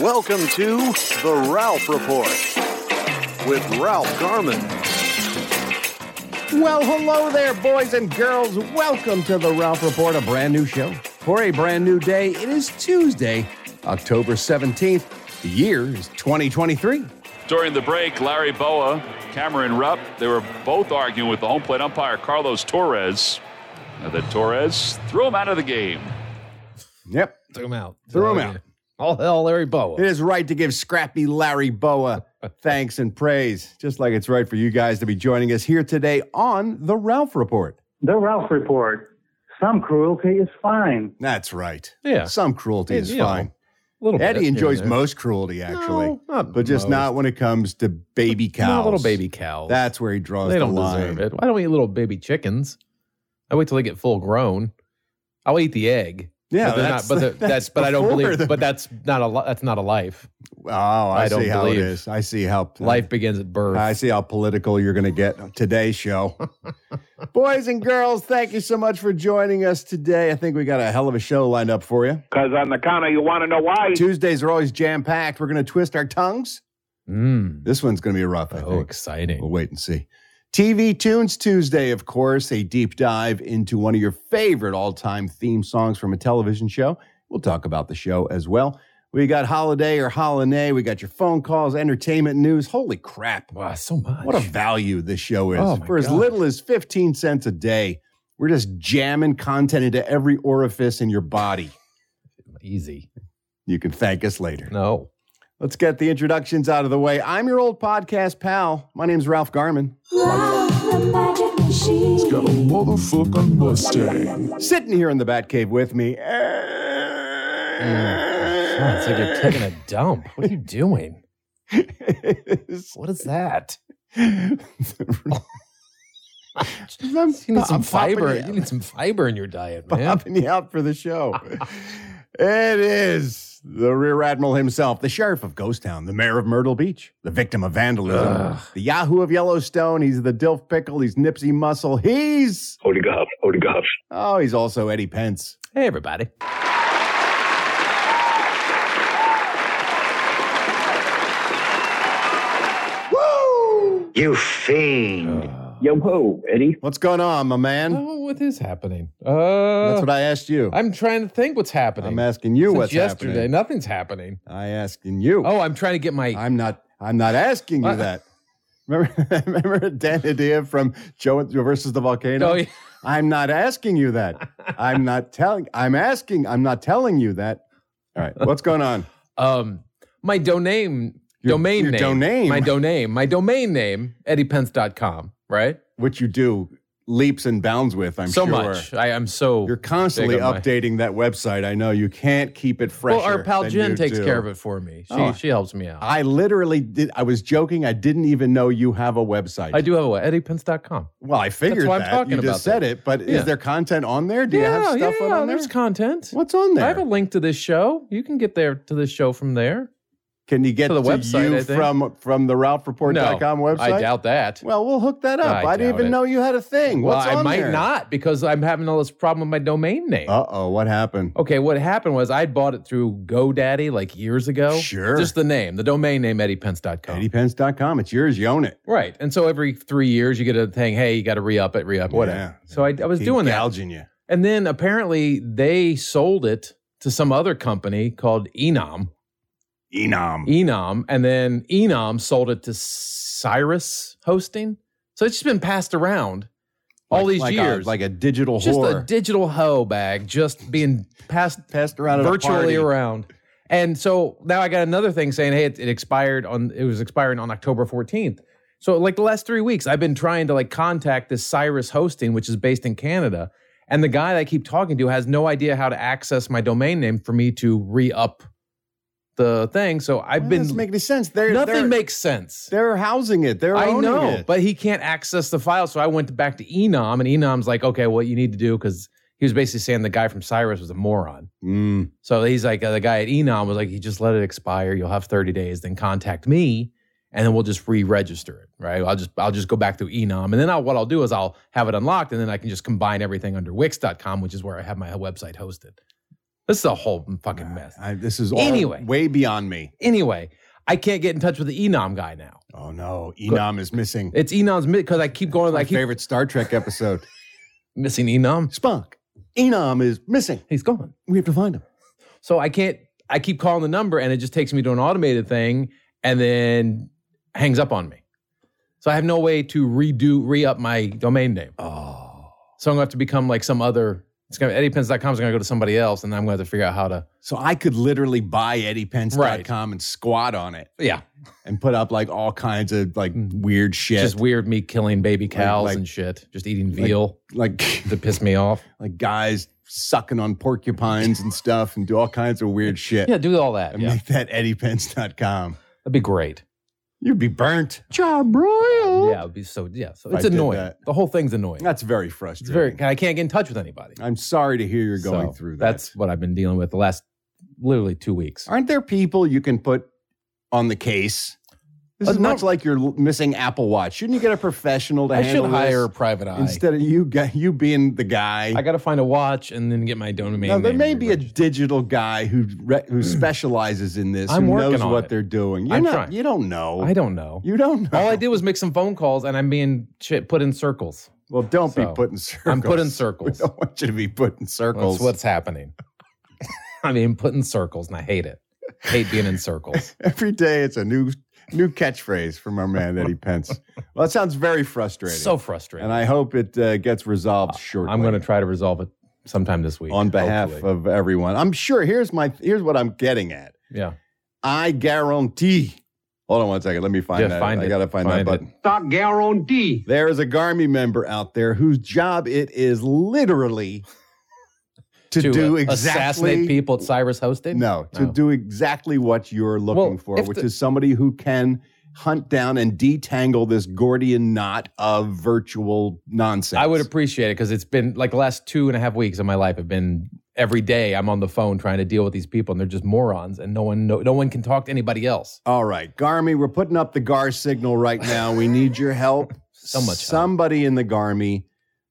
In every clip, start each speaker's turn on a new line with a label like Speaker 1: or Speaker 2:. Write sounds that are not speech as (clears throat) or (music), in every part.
Speaker 1: Welcome to The Ralph Report with Ralph Garman.
Speaker 2: Well, hello there, boys and girls. Welcome to the Ralph Report, a brand new show for a brand new day. It is Tuesday, October 17th. The year is 2023.
Speaker 3: During the break, Larry Boa, Cameron Rupp, they were both arguing with the home plate umpire Carlos Torres. Now that Torres threw him out of the game.
Speaker 2: Yep.
Speaker 4: Threw him out.
Speaker 2: Threw him out.
Speaker 4: Oh, All hell, Larry Boa.
Speaker 2: It is right to give scrappy Larry
Speaker 4: (laughs)
Speaker 2: Boa thanks and praise, just like it's right for you guys to be joining us here today on the Ralph Report.
Speaker 5: The Ralph Report. Some cruelty is fine.
Speaker 2: That's right.
Speaker 4: Yeah.
Speaker 2: Some cruelty
Speaker 4: Hey,
Speaker 2: is
Speaker 4: you know,
Speaker 2: fine.
Speaker 4: A little bit
Speaker 2: Eddie
Speaker 4: here
Speaker 2: enjoys
Speaker 4: and there.
Speaker 2: most cruelty, actually,
Speaker 4: No, not
Speaker 2: but just
Speaker 4: most.
Speaker 2: not when it comes to baby cows.
Speaker 4: Not little baby cows.
Speaker 2: That's where he draws
Speaker 4: they
Speaker 2: the
Speaker 4: don't
Speaker 2: line.
Speaker 4: deserve it. Why don't we eat little baby chickens? I wait till they get full grown. I'll eat the egg.
Speaker 2: Yeah,
Speaker 4: but they're
Speaker 2: that's-
Speaker 4: not. But
Speaker 2: (laughs)
Speaker 4: they're-
Speaker 2: that's
Speaker 4: that's. but I don't
Speaker 2: before
Speaker 4: believe.
Speaker 2: the-
Speaker 4: But that's not a. li- That's not a life.
Speaker 2: Oh, I,
Speaker 4: I
Speaker 2: see
Speaker 4: don't
Speaker 2: how
Speaker 4: believe.
Speaker 2: it is. I see how
Speaker 4: Life begins at birth.
Speaker 2: I see how political you're going to get on today's
Speaker 4: (laughs)
Speaker 2: show. Boys and girls, thank you so much for joining us today. I think we got a hell of a show lined up for you.
Speaker 6: Because on the counter, you want to know why.
Speaker 2: Tuesdays are always jam packed. We're going to twist our tongues.
Speaker 4: Mm.
Speaker 2: This one's going to be rough. I
Speaker 4: Oh,
Speaker 2: think.
Speaker 4: exciting!
Speaker 2: We'll wait and see. TV Tunes Tuesday, of course, a deep dive into one of your favorite all time theme songs from a television show. We'll talk about the show as well. We got holiday or holiday. We got your phone calls, entertainment news. Holy crap.
Speaker 4: Wow, so much.
Speaker 2: What a value this show is.
Speaker 4: Oh, my
Speaker 2: For as
Speaker 4: God.
Speaker 2: little as 15 cents a day, we're just jamming content into every orifice in your body.
Speaker 4: easy.
Speaker 2: You can thank us later.
Speaker 4: No.
Speaker 2: Let's get the introductions out of the way. I'm your old podcast pal. My name's Ralph Garman. Sitting here in the Batcave with me.
Speaker 4: God, it's Mm. like you're taking a dump. What are you doing? (laughs) What is that?
Speaker 2: (laughs) I'm,
Speaker 4: You need
Speaker 2: I'm
Speaker 4: some
Speaker 2: popping
Speaker 4: fiber.
Speaker 2: you-
Speaker 4: You need some fiber in your diet, man.
Speaker 2: (laughs) popping you out for the
Speaker 4: (laughs)
Speaker 2: show. it is the Rear Admiral himself, the Sheriff of Ghost Town, the Mayor of Myrtle Beach, the victim of vandalism,
Speaker 4: Ugh.
Speaker 2: the Yahoo of Yellowstone. He's the Dilf Pickle. He's Nipsey Muscle. He's
Speaker 6: Holy God, holy God.
Speaker 2: oh, he's also Eddie Pence.
Speaker 4: Hey, everybody.
Speaker 2: Woo!
Speaker 7: You fiend.
Speaker 6: Yo ho, Eddie.
Speaker 2: What's going on, my man?
Speaker 4: Oh, what is happening? Uh,
Speaker 2: That's what I asked you.
Speaker 4: I, am trying to think what's happening.
Speaker 2: I'm asking you
Speaker 4: Since
Speaker 2: what's
Speaker 4: yesterday.
Speaker 2: happening.
Speaker 4: Nothing's happening.
Speaker 2: I asking you.
Speaker 4: Oh, I'm trying to get my. Uh,
Speaker 2: I'm not. I'm not asking you
Speaker 4: What?
Speaker 2: that. Remember, (laughs) remember Dan Adia from Joe versus the volcano.
Speaker 4: Oh, yeah.
Speaker 2: I'm not asking you
Speaker 4: (laughs)
Speaker 2: that. I'm not telling. I'm asking. I'm not telling you that. All right. What's going on?
Speaker 4: um, my domain
Speaker 2: Your-
Speaker 4: domain
Speaker 2: your
Speaker 4: name.
Speaker 2: domain.
Speaker 4: My domain. My domain name. EddiePence.com. Right.
Speaker 2: What you do leaps and bounds with. I'm
Speaker 4: so
Speaker 2: sure.
Speaker 4: much. I am so.
Speaker 2: You're constantly
Speaker 4: Big on my-
Speaker 2: updating that website. I know you can't keep it fresh.
Speaker 4: well, our pal Jen takes care of it for me. She
Speaker 2: Oh.
Speaker 4: she helps me out. I,
Speaker 2: I literally did. I was joking. I didn't even know you have a website.
Speaker 4: do have a way. EddiePence.com.
Speaker 2: Well, I figured
Speaker 4: why I'm
Speaker 2: that.
Speaker 4: talking
Speaker 2: you just
Speaker 4: about
Speaker 2: said
Speaker 4: that.
Speaker 2: it, but
Speaker 4: Yeah.
Speaker 2: is there content on there? Do you have stuff
Speaker 4: yeah,
Speaker 2: on there?
Speaker 4: There's content.
Speaker 2: What's on there?
Speaker 4: I have a link to this show. You can get there to this show from there.
Speaker 2: Can you get
Speaker 4: To the website,
Speaker 2: you
Speaker 4: I think.
Speaker 2: from from the RalphReport.com website?
Speaker 4: I doubt that.
Speaker 2: Well, we'll hook that up.
Speaker 4: I
Speaker 2: I, didn't
Speaker 4: doubt
Speaker 2: even
Speaker 4: it.
Speaker 2: know you had a thing.
Speaker 4: Well,
Speaker 2: What's
Speaker 4: I
Speaker 2: on
Speaker 4: might
Speaker 2: there?
Speaker 4: not because I'm having all this problem with my domain name.
Speaker 2: Uh oh, what happened?
Speaker 4: Okay, what happened was I bought it through GoDaddy like years ago.
Speaker 2: Sure.
Speaker 4: Just the name, the domain name, eddiepence.com.
Speaker 2: EddiePence.com. It's yours. You own it.
Speaker 4: Right. And so every three years you get a thing, hey, you got to re up it, re up whatever.
Speaker 2: Yeah.
Speaker 4: So I, I was
Speaker 2: Keep
Speaker 4: doing that.
Speaker 2: gouging you.
Speaker 4: And then apparently they sold it to some other company called Enom.
Speaker 2: Enom.
Speaker 4: Enom. And then Enom sold it to Cyrus Hosting. So it's just been passed around all
Speaker 2: Like-
Speaker 4: these
Speaker 2: like a-
Speaker 4: years.
Speaker 2: like a digital
Speaker 4: just
Speaker 2: whore.
Speaker 4: a digital hoe bag just being passed
Speaker 2: Passed around at a
Speaker 4: virtually
Speaker 2: party.
Speaker 4: around and so now i got another thing saying hey it, it expired on it was expiring on october 14th so like the last three weeks i've been trying to like contact this cyrus hosting which is based in canada and the guy that i keep talking to has no idea how to access my domain name for me to re-up the thing. So I've
Speaker 2: That
Speaker 4: been
Speaker 2: doesn't make any sense. They're,
Speaker 4: nothing
Speaker 2: they're,
Speaker 4: makes sense.
Speaker 2: They're housing it. They're
Speaker 4: I
Speaker 2: owning
Speaker 4: know,
Speaker 2: it.
Speaker 4: but he can't access the file. So I went back to Enom, and Enom's like, okay, what you need to do because he was basically saying the guy from Cyrus was a moron.
Speaker 2: Mm.
Speaker 4: So he's like, uh, the guy at Enom was like, you just let it expire. You'll have thirty days. Then contact me, and then we'll just re-register it. Right? I'll just I'll just go back through Enom, and then I'll, what I'll do is I'll have it unlocked, and then I can just combine everything under Wix.com, which is where I have my website hosted. This is a whole fucking mess.
Speaker 2: I, this is all
Speaker 4: Anyway.
Speaker 2: way beyond me.
Speaker 4: Anyway, I can't get in touch with the Enom guy now.
Speaker 2: Oh no, Enom is missing.
Speaker 4: It's Enom's because I keep going,
Speaker 2: My
Speaker 4: I keep
Speaker 2: favorite Star Trek episode.
Speaker 4: (laughs) missing Enom.
Speaker 2: Spunk. Enom is missing.
Speaker 4: He's gone.
Speaker 2: We have to find him.
Speaker 4: So I can't. I keep calling the number, and it just takes me to an automated thing, and then hangs up on me. So I have no way to redo re up my domain name.
Speaker 2: Oh.
Speaker 4: So I'm gonna have to become like some other. It's gonna eddiepins.com is gonna go to somebody else, and I'm gonna have to figure out how to.
Speaker 2: So I could literally buy EddiePence.com and squat on it
Speaker 4: Yeah, Mm-hmm.
Speaker 2: and put up like all kinds of like weird shit.
Speaker 4: just weird me killing baby cows
Speaker 2: like-
Speaker 4: and shit, just eating veal (laughs)
Speaker 2: like
Speaker 4: to piss me off.
Speaker 2: like guys sucking on porcupines and stuff and do all kinds of weird shit.
Speaker 4: Yeah, do all that.
Speaker 2: And
Speaker 4: Yeah,
Speaker 2: make that EddiePence.com.
Speaker 4: that'd be great.
Speaker 2: You'd be burnt. Job royal.
Speaker 4: Yeah, it'd be so. Yeah, so
Speaker 2: If
Speaker 4: it's
Speaker 2: I did
Speaker 4: annoying.
Speaker 2: that-
Speaker 4: The whole thing's annoying.
Speaker 2: That's very
Speaker 4: It's
Speaker 2: frustrating.
Speaker 4: very. I can't get in touch with anybody.
Speaker 2: I'm sorry to hear you're going
Speaker 4: So
Speaker 2: through that.
Speaker 4: That's what I've been dealing with the last literally two weeks.
Speaker 2: Aren't there people you can put on the case? This
Speaker 4: Uh,
Speaker 2: is
Speaker 4: no.
Speaker 2: much like your l- missing Apple Watch. Shouldn't you get a professional to
Speaker 4: I should
Speaker 2: handle
Speaker 4: hire a
Speaker 2: this
Speaker 4: private eye.
Speaker 2: instead of you guy, you being the guy?
Speaker 4: I got to find a watch and then get my domain.
Speaker 2: now there
Speaker 4: name
Speaker 2: may be a
Speaker 4: re-registered.
Speaker 2: digital guy who re-
Speaker 4: (clears throat)
Speaker 2: who specializes in this.
Speaker 4: I'm
Speaker 2: who
Speaker 4: working
Speaker 2: knows
Speaker 4: on
Speaker 2: what
Speaker 4: it.
Speaker 2: they're doing. You're
Speaker 4: I'm
Speaker 2: not,
Speaker 4: trying.
Speaker 2: You don't know.
Speaker 4: I don't know.
Speaker 2: You don't know.
Speaker 4: All I did was make some phone calls and I'm being shit, put in circles.
Speaker 2: Well, don't be
Speaker 4: So,
Speaker 2: put in circles. (laughs)
Speaker 4: I'm put in
Speaker 2: We
Speaker 4: circles.
Speaker 2: don't want you to be put in circles.
Speaker 4: That's what's happening. I mean, put in circles and I hate it. Hate being in circles.
Speaker 2: (laughs) Every day it's a new new catchphrase from our man Eddie
Speaker 4: (laughs)
Speaker 2: Pence. Well, that sounds very (laughs) frustrating.
Speaker 4: so frustrating.
Speaker 2: and I hope it uh, gets resolved shortly.
Speaker 4: I'm going to try to resolve it sometime this week.
Speaker 2: on behalf
Speaker 4: hopefully.
Speaker 2: of everyone. I'm sure. Here's my here's what I'm getting at.
Speaker 4: yeah.
Speaker 2: I guarantee. Hold on one second. Let me find
Speaker 4: Yeah,
Speaker 2: that.
Speaker 4: find
Speaker 2: I
Speaker 4: it.
Speaker 2: gotta find, that
Speaker 4: Find it.
Speaker 2: button. There is a Garmy member out there whose job it is
Speaker 4: (laughs)
Speaker 2: literally to, do
Speaker 4: uh, assassinate
Speaker 2: exactly
Speaker 4: people at Cyrus Hosted?
Speaker 2: no to
Speaker 4: No.
Speaker 2: do exactly what you're looking
Speaker 4: Well,
Speaker 2: for,
Speaker 4: if
Speaker 2: which
Speaker 4: the-
Speaker 2: is somebody who can hunt down and detangle this Gordian knot of virtual nonsense.
Speaker 4: I would appreciate it because it's been like the last two and a half weeks of my life have been every day I'm on the phone trying to deal with these people and they're just morons and no one no, no one can talk to anybody else.
Speaker 2: All right, Garmy, we're putting up the GAR signal right now. We need your help.
Speaker 4: (laughs) So much help.
Speaker 2: Somebody in the Garmy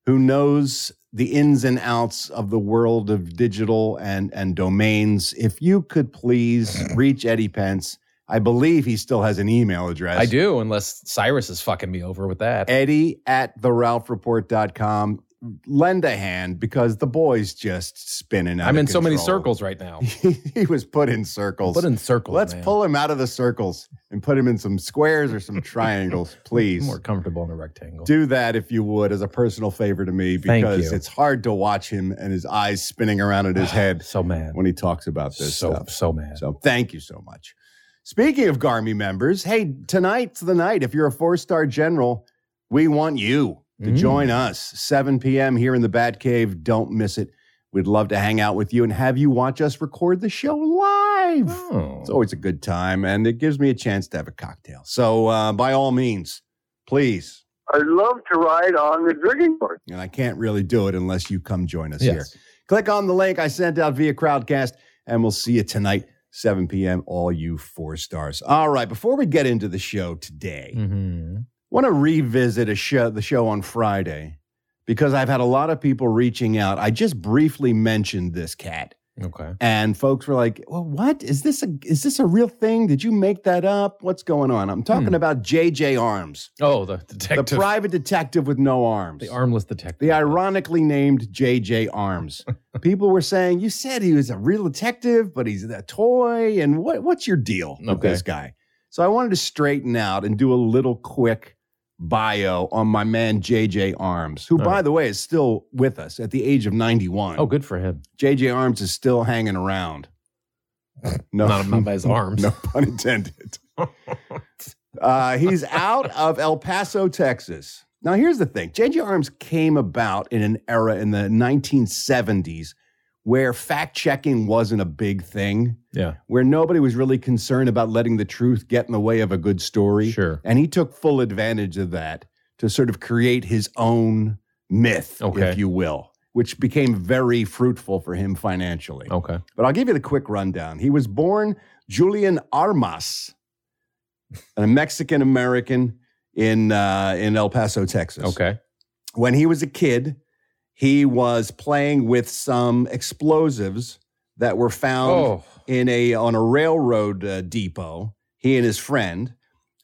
Speaker 2: who knows the ins and outs of the world of digital and, and domains. If you could
Speaker 4: (clears throat)
Speaker 2: please reach Eddie Pence. I believe he still has an email address.
Speaker 4: I do unless Cyrus is fucking me over with that.
Speaker 2: Eddie at theralphreport.com. Lend a hand because the boy's just spinning out.
Speaker 4: I'm
Speaker 2: of
Speaker 4: in so many
Speaker 2: control.
Speaker 4: circles right now.
Speaker 2: he was put in circles.
Speaker 4: Put in circles.
Speaker 2: Let's
Speaker 4: man.
Speaker 2: pull him out of the circles and put him in some squares or
Speaker 4: (laughs)
Speaker 2: some triangles,
Speaker 4: I'm
Speaker 2: (laughs) please.
Speaker 4: more comfortable in a rectangle.
Speaker 2: Do that if you would, as a personal favor to me,
Speaker 4: Thank
Speaker 2: because
Speaker 4: you.
Speaker 2: it's hard to watch him and his eyes spinning around in
Speaker 4: (sighs)
Speaker 2: his head
Speaker 4: so mad.
Speaker 2: when he talks about
Speaker 4: So
Speaker 2: this stuff.
Speaker 4: so mad.
Speaker 2: So thank you so much. Speaking of Garmy members, hey, tonight's the night. If you're a four star general, we want you to
Speaker 4: Mm.
Speaker 2: join us 7 p.m. here in the Batcave. Don't miss it. We'd love to hang out with you and have you watch us record the show live.
Speaker 4: Oh.
Speaker 2: It's always a good time, and it gives me a chance to have a cocktail. So, uh, by all means, please.
Speaker 7: I'd love to ride on the drinking board.
Speaker 2: And I can't really do it unless you come join us here.
Speaker 4: yes.
Speaker 2: Click on the link I sent out via Crowdcast, and we'll see you tonight, 7 p.m., all you four stars. All right, before we get into the show today,
Speaker 4: Mhm.
Speaker 2: want to revisit a show the show on Friday because I've had a lot of people reaching out. I just briefly mentioned this cat
Speaker 4: Okay.
Speaker 2: and folks were like, "Well, what is this? A, is this a real thing? Did you make that up? What's going on?" I'm talking
Speaker 4: Hmm.
Speaker 2: about J.J. Arms,
Speaker 4: Oh, the
Speaker 2: the
Speaker 4: detective. The,
Speaker 2: private detective with no arms,
Speaker 4: armless detective.
Speaker 2: the ironically named J.J.
Speaker 4: (laughs)
Speaker 2: Arms. People were saying, "You said he was a real detective, but he's a toy, and what? What's your deal with
Speaker 4: Okay.
Speaker 2: this guy?" So I wanted to straighten out and do a little quick bio on my man J.J. Arms, who,
Speaker 4: All
Speaker 2: by
Speaker 4: right.
Speaker 2: the way, is still with us at the age of 91.
Speaker 4: Oh, good for him.
Speaker 2: JJ Arms is still hanging
Speaker 4: (laughs)
Speaker 2: around. No,
Speaker 4: Not, not
Speaker 2: (laughs)
Speaker 4: by his arms.
Speaker 2: no pun intended. Uh, he's out of El Paso, Texas. Now, here's the thing JJ Arms came about in an era in the 1970s where fact checking wasn't a big thing,
Speaker 4: Yeah.
Speaker 2: where nobody was really concerned about letting the truth get in the way of a good story.
Speaker 4: Sure.
Speaker 2: And he took full advantage of that to sort of create his own myth,
Speaker 4: Okay.
Speaker 2: if you will, which became very fruitful for him financially.
Speaker 4: Okay.
Speaker 2: But I'll give you the quick rundown. He was born Julian Armas, a Mexican American in uh, in El Paso, Texas.
Speaker 4: Okay.
Speaker 2: When he was a kid, he was playing with some explosives that were found
Speaker 4: Oh.
Speaker 2: in a on a railroad uh, depot. He and his friend,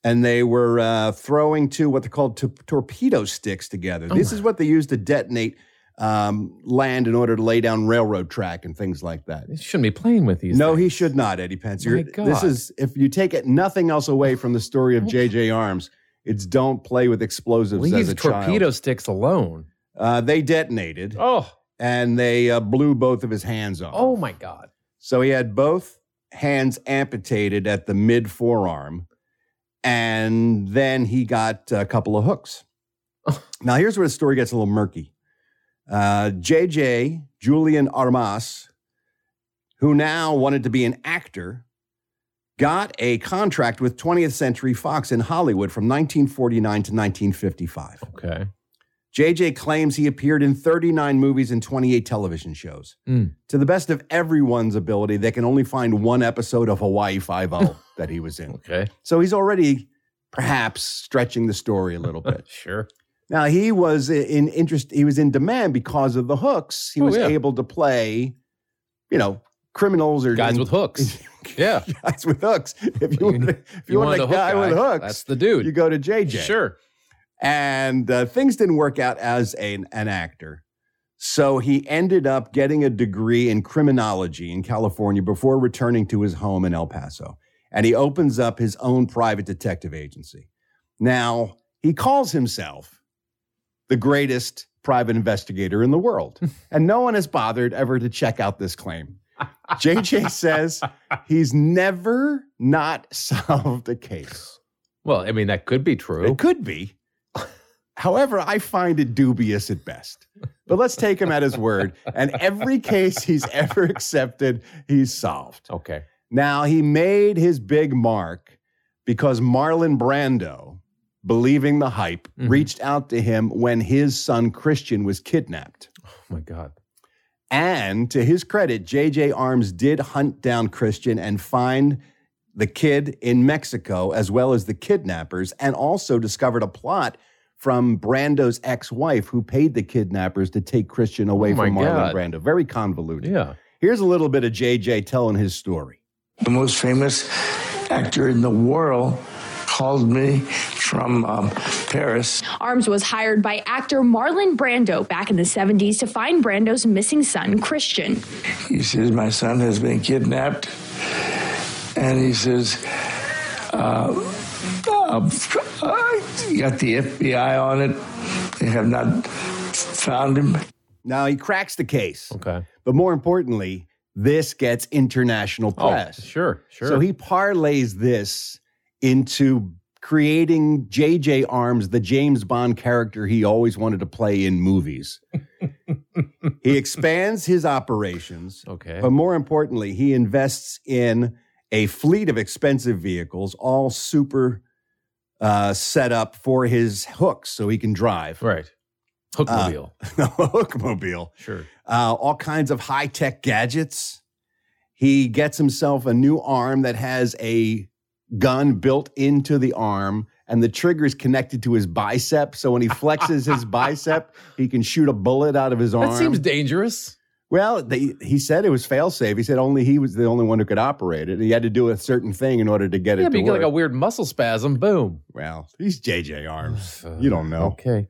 Speaker 2: and they were uh, throwing two what they called to- torpedo sticks together.
Speaker 4: Oh
Speaker 2: this
Speaker 4: my.
Speaker 2: is what they used to detonate um, land in order to lay down railroad track and things like that.
Speaker 4: He shouldn't be playing with these.
Speaker 2: No,
Speaker 4: things.
Speaker 2: he should not, Eddie Pence.
Speaker 4: My
Speaker 2: You're- This
Speaker 4: God.
Speaker 2: is if you take it nothing else away from the story of J.J. Arms, it's don't play with explosives as
Speaker 4: Leave
Speaker 2: a
Speaker 4: torpedo
Speaker 2: child.
Speaker 4: sticks alone.
Speaker 2: Uh, they detonated
Speaker 4: Oh.
Speaker 2: and they uh, blew both of his hands off.
Speaker 4: Oh my God.
Speaker 2: So he had both hands amputated at the mid forearm, and then he got a couple of
Speaker 4: (laughs)
Speaker 2: hooks. now, here's where the story gets a little murky. Uh, JJ, Julian Armas, who now wanted to be an actor, got a contract with 20th Century Fox in Hollywood from 1949 to 1955.
Speaker 4: Okay.
Speaker 2: JJ claims he appeared in 39 movies and 28 television shows.
Speaker 4: Mm.
Speaker 2: To the best of everyone's ability, they can only find one episode of Hawaii
Speaker 4: (laughs)
Speaker 2: Five-O that he was in.
Speaker 4: Okay.
Speaker 2: So he's already perhaps stretching the story a little bit.
Speaker 4: (laughs) Sure.
Speaker 2: now he was in interest. He was in demand because of the hooks. He
Speaker 4: Oh,
Speaker 2: was
Speaker 4: yeah.
Speaker 2: able to play, you know, criminals or
Speaker 4: Guys with hooks.
Speaker 2: (laughs)
Speaker 4: Yeah.
Speaker 2: guys with hooks. If you
Speaker 4: You-
Speaker 2: want, if you want a
Speaker 4: wanted
Speaker 2: guy, with
Speaker 4: That's
Speaker 2: hooks,
Speaker 4: the dude.
Speaker 2: you go to JJ
Speaker 4: Sure.
Speaker 2: and uh, things didn't work out as an, an actor. So he ended up getting a degree in criminology in California before returning to his home in El Paso. And he opens up his own private detective agency. Now, he calls himself the greatest private investigator in the world. and no one has bothered ever to check out this claim. JJ says he's never not (laughs) solved a case.
Speaker 4: Well, I mean, that could be true.
Speaker 2: It could be. (laughs) However, I find it dubious at best. But let's take him at his word. And every case he's (laughs) ever accepted, he's solved.
Speaker 4: Okay.
Speaker 2: Now, he made his big mark because Marlon Brando, believing the hype,
Speaker 4: Mhm.
Speaker 2: reached out to him when his son Christian was kidnapped.
Speaker 4: Oh my God.
Speaker 2: And to his credit, JJ Arms did hunt down Christian and find the kid in Mexico, as well as the kidnappers, and also discovered a plot from Brando's ex wife who paid the kidnappers to take Christian away
Speaker 4: Oh my
Speaker 2: from Marlon
Speaker 4: God.
Speaker 2: Brando. Very convoluted.
Speaker 4: Yeah.
Speaker 2: Here's a little bit of JJ telling his story.
Speaker 8: The most famous actor in the world called me from um, Paris.
Speaker 9: Arms was hired by actor Marlon Brando back in the 70s to find Brando's missing son, Christian.
Speaker 8: He says, My son has been kidnapped. And he says, uh, uh, I got the FBI on it. They have not found him.
Speaker 2: Now he cracks the case,
Speaker 4: Okay.
Speaker 2: but more importantly, this gets international
Speaker 4: Oh,
Speaker 2: press.
Speaker 4: sure. Sure.
Speaker 2: So he parlays this into creating JJ Arms, the James Bond character he always wanted to play in
Speaker 4: (laughs)
Speaker 2: movies. he expands his operations,
Speaker 4: Okay.
Speaker 2: but more importantly, he invests in a fleet of expensive vehicles, all super uh, set up for his hooks so he can drive. Uh,
Speaker 4: right. Hookmobile.
Speaker 2: (laughs) Hookmobile
Speaker 4: sure.
Speaker 2: uh, all kinds of high tech gadgets. He gets himself a new arm that has a gun built into the arm, and the trigger is connected to his bicep. So when he flexes his bicep, he can shoot a bullet out of his arm.
Speaker 4: That seems dangerous.
Speaker 2: well, they, he said it was failsafe. He said only he was the only one who could operate it. He had to do a certain thing in order to get
Speaker 4: Yeah,
Speaker 2: it
Speaker 4: but
Speaker 2: to
Speaker 4: you get like
Speaker 2: work.
Speaker 4: a weird muscle spasm. Boom. Uh,
Speaker 2: well, he's JJ
Speaker 4: (sighs)
Speaker 2: Arms. You don't know.
Speaker 4: Okay.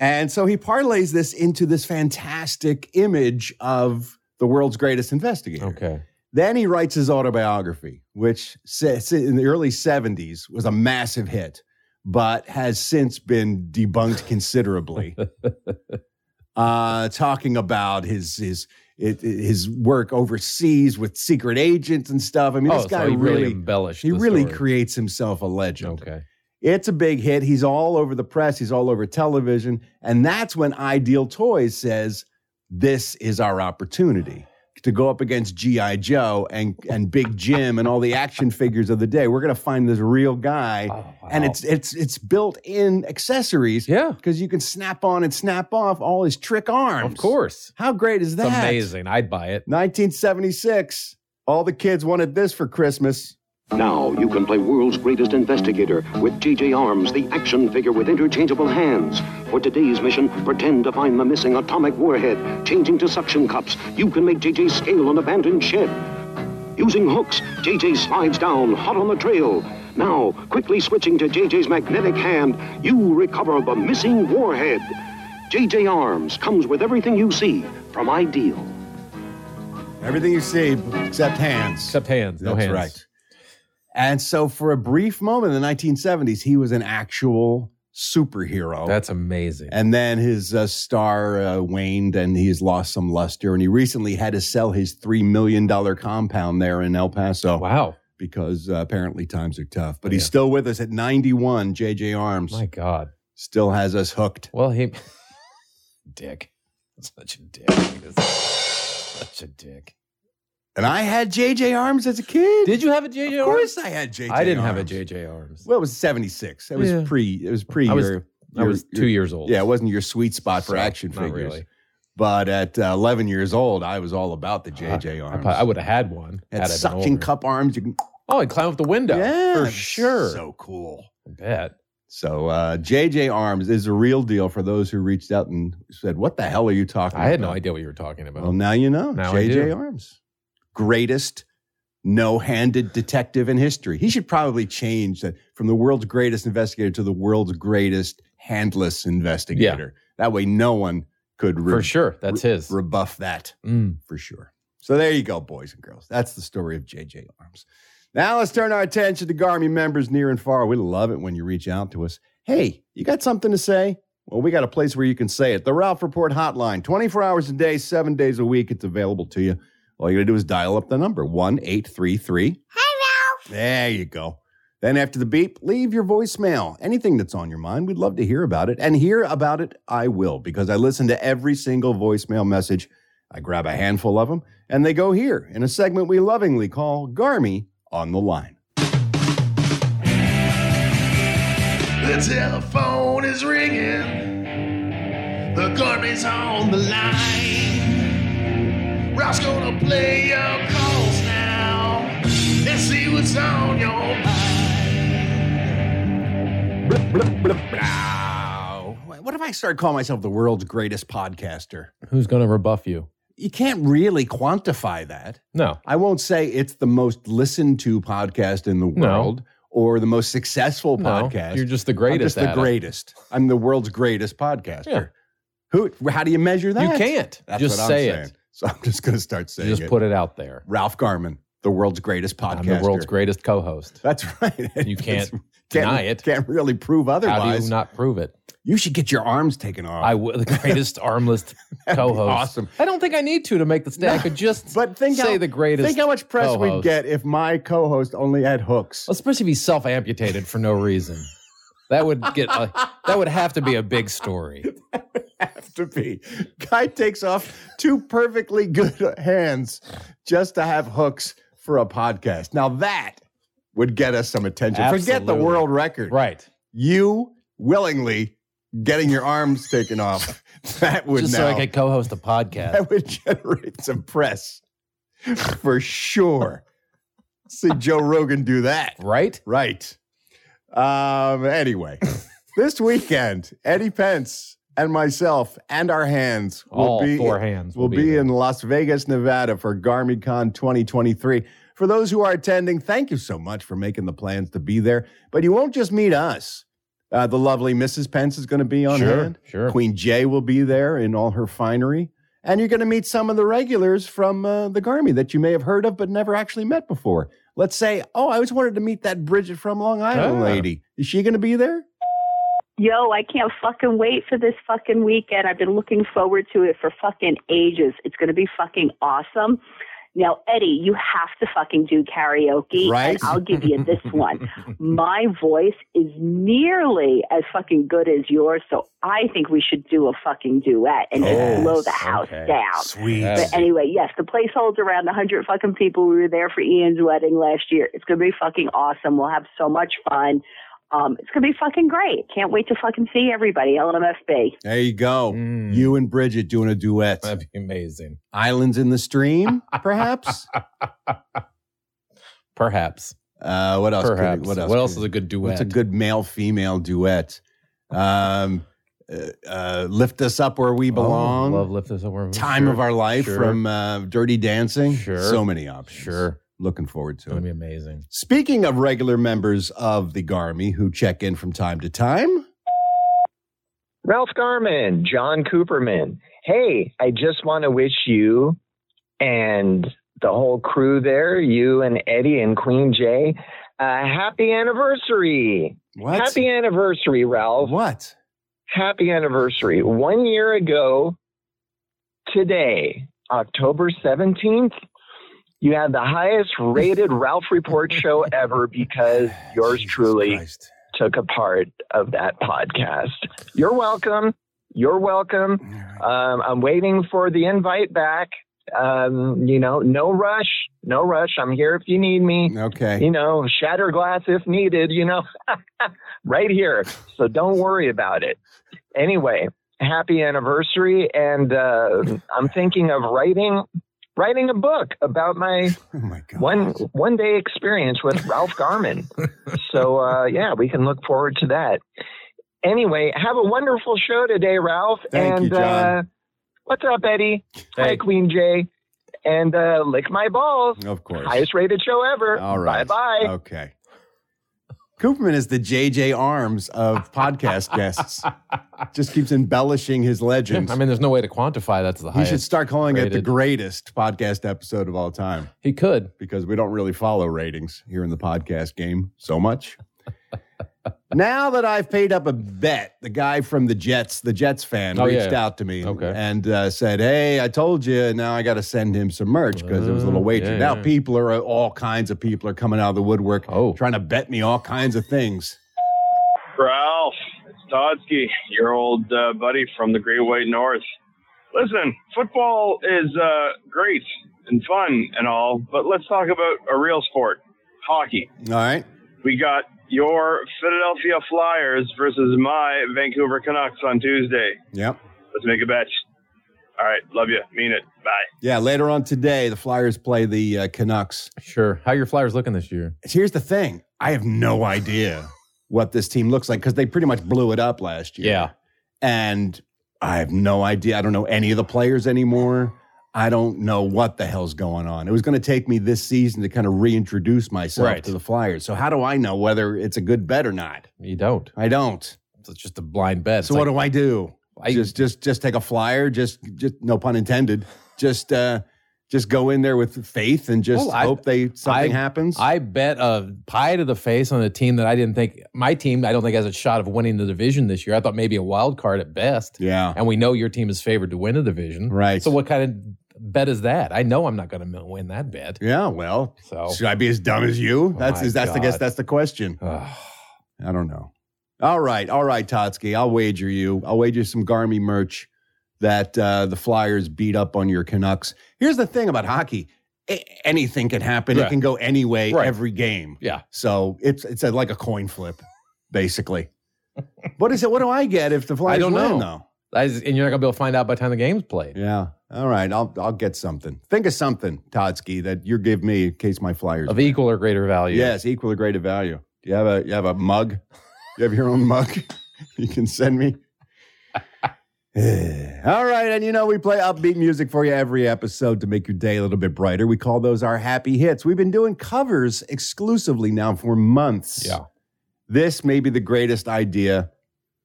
Speaker 2: And so he parlays this into this fantastic image of the world's greatest investigator.
Speaker 4: Okay.
Speaker 2: Then he writes his autobiography, which sa- sa- in the early 70s was a massive hit, but has since been debunked
Speaker 4: (laughs)
Speaker 2: considerably. uh, talking about his his it- his work overseas with secret agents and stuff. I mean,
Speaker 4: oh,
Speaker 2: this
Speaker 4: so
Speaker 2: guy
Speaker 4: he really,
Speaker 2: really
Speaker 4: embellished.
Speaker 2: he
Speaker 4: the
Speaker 2: really
Speaker 4: story.
Speaker 2: creates himself a legend.
Speaker 4: Okay.
Speaker 2: It's a big hit. He's all over the press, he's all over television. And that's when Ideal Toys says, This is our opportunity. to go up against G.I. Joe and, and Big Jim and all the action figures of the day. We're going to find this real guy.
Speaker 4: Oh,
Speaker 2: And it's it's it's built in accessories.
Speaker 4: Yeah.
Speaker 2: Because you can snap on and snap off all his trick arms.
Speaker 4: Of course.
Speaker 2: How great is that?
Speaker 4: It's amazing. I'd buy it.
Speaker 2: 1976. All the kids wanted this for Christmas.
Speaker 10: Now you can play world's greatest investigator with TJ Arms, the action figure with interchangeable hands. For today's mission, pretend to find the missing atomic warhead. Changing to suction cups, you can make JJ scale an abandoned shed. Using hooks, JJ slides down, hot on the trail. Now, quickly switching to JJ's magnetic hand, you recover the missing warhead. JJ Arms comes with everything you see from Ideal.
Speaker 2: Everything you see except hands.
Speaker 4: Except hands. No
Speaker 2: That's
Speaker 4: hands.
Speaker 2: right. And so for a brief moment in the 1970s, he was an actual superhero.
Speaker 4: That's amazing.
Speaker 2: and then his uh, star uh, waned and he's lost some luster. And he recently had to sell his $3 million compound there in El Paso
Speaker 4: wow.
Speaker 2: because uh, apparently times are tough. But he's
Speaker 4: Yeah.
Speaker 2: still with us at 91, JJ Arms.
Speaker 4: My God.
Speaker 2: Still has us hooked.
Speaker 4: Well, he. dick. (laughs) Such a dick. He is Such a dick.
Speaker 2: And I had JJ Arms as a kid.
Speaker 4: Did you have a JJ
Speaker 2: Of
Speaker 4: Arms?
Speaker 2: course I had JJ
Speaker 4: I didn't have a
Speaker 2: Arms.
Speaker 4: JJ Arms.
Speaker 2: Well, it was 76. It was
Speaker 4: Yeah.
Speaker 2: pre, it was pre
Speaker 4: I was-
Speaker 2: your-
Speaker 4: I was
Speaker 2: your-
Speaker 4: two years old.
Speaker 2: Yeah, it wasn't your sweet spot for
Speaker 4: So,
Speaker 2: action
Speaker 4: not
Speaker 2: figures.
Speaker 4: really.
Speaker 2: But at uh, 11 years old, I was all about the JJ
Speaker 4: I,
Speaker 2: arms.
Speaker 4: probably- I would have had one.
Speaker 2: Had
Speaker 4: had I been
Speaker 2: suction
Speaker 4: older.
Speaker 2: cup arms. You can,
Speaker 4: Oh, and climb up the window. for
Speaker 2: that's
Speaker 4: sure.
Speaker 2: So cool.
Speaker 4: I bet.
Speaker 2: So uh, JJ arms is a real deal for those who reached out and said, "What the hell are you talking?"
Speaker 4: I had no
Speaker 2: about?"
Speaker 4: idea what you were talking about.
Speaker 2: Well, now you know.
Speaker 4: Now I
Speaker 2: JJ
Speaker 4: do.
Speaker 2: arms, greatest no-handed detective in history. He should probably change that from the world's greatest investigator to the world's greatest handless investigator. That way, no one could re-
Speaker 4: for sure. That's his.
Speaker 2: rebuff that.
Speaker 4: Mm.
Speaker 2: for sure. So there you go, boys and girls. That's the story of JJ Arms. Now let's turn our attention to Garmy members near and far. We love it when you reach out to us. Hey, you got something to say? Well, we got a place where you can say it. The Ralph Report Hotline, 24 hours a day, seven days a week. It's available to you. All you got to do is dial up the number 1 833. Hi, Ralph. There you go. Then after the beep, leave your voicemail. Anything that's on your mind, we'd love to hear about it. And hear about it, I will, because I listen to every single voicemail message. I grab a handful of them, and they go here in a segment we lovingly call Garmy on the Line.
Speaker 11: The telephone is ringing. The garbage on the line. Ralph's gonna play your calls now and see what's on your
Speaker 2: What if I start calling myself the world's greatest podcaster?
Speaker 4: Who's going to rebuff you?
Speaker 2: You can't really quantify that.
Speaker 4: No.
Speaker 2: I won't say it's the most listened to podcast in the
Speaker 4: No.
Speaker 2: world or the most successful
Speaker 4: No.
Speaker 2: podcast.
Speaker 4: You're just the
Speaker 2: I'm just
Speaker 4: greatest.
Speaker 2: the
Speaker 4: at it.
Speaker 2: greatest. I'm the world's greatest podcaster.
Speaker 4: Yeah.
Speaker 2: Who? How do you measure that?
Speaker 4: You can't.
Speaker 2: That's
Speaker 4: just
Speaker 2: what I'm
Speaker 4: say
Speaker 2: saying. (laughs)
Speaker 4: it.
Speaker 2: So I'm just going to start
Speaker 4: You
Speaker 2: saying
Speaker 4: just
Speaker 2: it.
Speaker 4: put it out there.
Speaker 2: Ralph Garman, the world's greatest podcaster.
Speaker 4: I'm the world's greatest co-host.
Speaker 2: That's (laughs) right.
Speaker 4: You can't
Speaker 2: Can't-
Speaker 4: deny it.
Speaker 2: Can't really prove otherwise.
Speaker 4: How do you not prove it?
Speaker 2: You should get your arms taken off. (laughs)
Speaker 4: I w- the greatest armless co-host.
Speaker 2: awesome.
Speaker 4: I don't think I need to to make the stack. I could
Speaker 2: (laughs)
Speaker 4: just
Speaker 2: but think
Speaker 4: say
Speaker 2: how,
Speaker 4: the greatest.
Speaker 2: Think how much press we'd
Speaker 4: co-host.
Speaker 2: get if my co-host only had hooks.
Speaker 4: especially if he's self-amputated for no reason. That would get a, that would have to be a big story.
Speaker 2: have to be. Guy takes off two perfectly good hands just to have hooks for a podcast. Now that would get us some attention. Forget the
Speaker 4: Absolutely.
Speaker 2: world record.
Speaker 4: Right.
Speaker 2: You willingly getting your arms taken off. (laughs) (laughs) That would
Speaker 4: Just
Speaker 2: now,
Speaker 4: so I could co-host a podcast.
Speaker 2: that would generate some press for sure. See Joe Rogan do that.
Speaker 4: Right?
Speaker 2: Right. Um, anyway, this weekend, Eddie Pence and myself and our hands will
Speaker 4: All
Speaker 2: be
Speaker 4: four hands
Speaker 2: will
Speaker 4: will
Speaker 2: be,
Speaker 4: be
Speaker 2: in
Speaker 4: there.
Speaker 2: Las Vegas, Nevada for GarmyCon 2023. For those who are attending, thank you so much for making the plans to be there. But you won't just meet us. Uh, the lovely Mrs. Pence is going to be on
Speaker 4: Sure,
Speaker 2: hand.
Speaker 4: sure.
Speaker 2: Queen Jay will be there in all her finery. And you're going to meet some of the regulars from uh, the Garmy that you may have heard of but never actually met before. Let's say, oh, I always wanted to meet that Bridget from Long Island
Speaker 4: Ah.
Speaker 2: lady. Is she going to be there?
Speaker 12: Yo, I can't fucking wait for this fucking weekend. I've been looking forward to it for fucking ages. It's going to be fucking awesome. Now, Eddie, you have to fucking do karaoke,
Speaker 2: Right?
Speaker 12: and I'll give you this one. My voice is nearly as fucking good as yours, so I think we should do a fucking duet and
Speaker 13: Yes,
Speaker 12: just blow the house
Speaker 13: okay.
Speaker 12: down.
Speaker 13: Sweet.
Speaker 12: But anyway, yes, the place holds around 100 fucking people. We were there for Ian's wedding last year. It's gonna be fucking awesome. We'll have so much fun. Um, it's gonna be fucking great. Can't wait to fucking see everybody. LMFB.
Speaker 2: There you go. You and Bridget doing a duet.
Speaker 4: Mm. That'd be amazing.
Speaker 2: Islands in the
Speaker 4: (laughs)
Speaker 2: stream, perhaps.
Speaker 4: Perhaps.
Speaker 2: Uh, what else? could-
Speaker 4: Perhaps.
Speaker 2: What else?
Speaker 4: What
Speaker 2: could-
Speaker 4: else is a good duet?
Speaker 2: What's a good male-female duet? Um, uh, uh, lift us up where we belong.
Speaker 4: Oh, love lift us up. where-
Speaker 2: Time
Speaker 4: sure,
Speaker 2: of our life
Speaker 4: sure.
Speaker 2: from uh, Dirty Dancing.
Speaker 4: Sure.
Speaker 2: So many options.
Speaker 4: Sure.
Speaker 2: Looking forward
Speaker 4: It's
Speaker 2: to
Speaker 4: gonna
Speaker 2: it.
Speaker 4: be amazing.
Speaker 2: Speaking of regular members of the Garmy who check in from time to time,
Speaker 14: Ralph Garman, John Cooperman. Hey, I just want to wish you and the whole crew there, you and Eddie and Queen Jay, a happy anniversary.
Speaker 2: What?
Speaker 14: Happy anniversary, Ralph.
Speaker 2: What?
Speaker 14: Happy anniversary. One year ago today, October 17th, you had the highest
Speaker 2: (laughs)
Speaker 14: rated Ralph Report show ever because yours truly took a part of that podcast. You're welcome. You're welcome. Um, I'm waiting for the invite back. Um, you know, no rush, no rush. I'm here if you need me.
Speaker 2: Okay.
Speaker 14: You know, shatter glass if needed, you know, (laughs) right here. So don't worry about it. Anyway, happy anniversary. And uh, I'm thinking of writing writing a book about my, one one day experience with Ralph Garman. so uh, yeah, we can look forward to that. Anyway, have a wonderful show today, Ralph.
Speaker 2: Thank you,
Speaker 14: and
Speaker 2: John.
Speaker 14: Uh, what's up, Eddie? Hi, Queen Jay. And uh, lick my balls.
Speaker 2: Of course.
Speaker 14: Highest rated show ever.
Speaker 2: All right.
Speaker 14: Bye bye.
Speaker 2: Okay. Cooperman is the JJ Arms of (laughs) podcast guests. Just keeps embellishing his legend.
Speaker 4: (laughs) I mean, there's no way to quantify that to the
Speaker 2: he
Speaker 4: highest.
Speaker 2: should start calling it the
Speaker 4: rated.
Speaker 2: greatest podcast episode of all time.
Speaker 4: He could.
Speaker 2: Because we don't really follow ratings here in the podcast game so much. now that I've paid up a bet, the guy from the Jets, the Jets fan,
Speaker 4: Oh, yeah,
Speaker 2: reached
Speaker 4: yeah.
Speaker 2: out to me and uh, said, Hey, I told you. Now I got to send him some merch because it was a little
Speaker 4: Oh,
Speaker 2: wager.
Speaker 4: yeah, Oh.
Speaker 2: now
Speaker 4: yeah.
Speaker 2: people are, all kinds of people are coming out of the woodwork trying to bet me all kinds of things.
Speaker 15: Ralph Stodsky, your old uh, buddy from the Great White North. Listen, football is uh, great and fun and all, but let's talk about a real sport hockey.
Speaker 2: All right.
Speaker 15: We got your Philadelphia Flyers versus my Vancouver Canucks on Tuesday.
Speaker 2: Yep.
Speaker 15: Let's make a bet. All right. Love you. Mean it. Bye.
Speaker 2: Yeah, later on today, the Flyers play the uh, Canucks.
Speaker 4: Sure. How are your Flyers looking this year?
Speaker 2: Here's the thing I have no idea what this team looks like because they pretty much blew it up last year. Yeah. And I have no idea. I don't know any of the players anymore. I don't know what the hell's going on. It was going to take me this season to kind of reintroduce myself
Speaker 4: Right.
Speaker 2: to the Flyers. So, how do I know whether it's a good bet or not?
Speaker 4: You don't.
Speaker 2: I don't.
Speaker 4: It's just a blind bet.
Speaker 2: So, what do I do? just, just, just take a flyer. Just, just no pun intended. Just, uh, just go in there with faith and just
Speaker 4: Well, I-
Speaker 2: hope they something
Speaker 4: I-
Speaker 2: happens.
Speaker 4: I bet a pie to the face on a team that I didn't think my team. I don't think has a shot of winning the division this year. I thought maybe a wild card at best.
Speaker 2: Yeah.
Speaker 4: and we know your team is favored to win a division,
Speaker 2: Right.
Speaker 4: So what kind of bet is that? I know I'm not going to win that bet.
Speaker 2: Yeah, well,
Speaker 4: so
Speaker 2: should I be as dumb as you?
Speaker 4: Oh
Speaker 2: That's
Speaker 4: my
Speaker 2: is that's the guess.
Speaker 4: God.
Speaker 2: That's the question. I don't know. All right, all right, Totsky. I'll wager you. I'll wager some Garmy merch that uh, the Flyers beat up on your Canucks. Here's the thing about hockey: A- anything can happen. It
Speaker 4: Right.
Speaker 2: can go any way,
Speaker 4: Right.
Speaker 2: every game.
Speaker 4: Yeah.
Speaker 2: So it's it's a, like a coin flip, basically. (laughs) what is it? What do I get if the Flyers
Speaker 4: I don't
Speaker 2: win?
Speaker 4: know.
Speaker 2: Though
Speaker 4: I- and you're not going to be able to find out by the time the game's played.
Speaker 2: Yeah. All right. I'll I'll get something. Think of something, Todsky, that you give me in case my flyers
Speaker 4: of equal or greater value.
Speaker 2: Yes, equal or greater value. Do you have a you have a mug? You have your own mug. (laughs) you can send me. (sighs) All right, and you know we play upbeat music for you every episode to make your day a little bit brighter. We call those our happy hits. We've been doing covers exclusively now for months. Yeah. This may be the greatest idea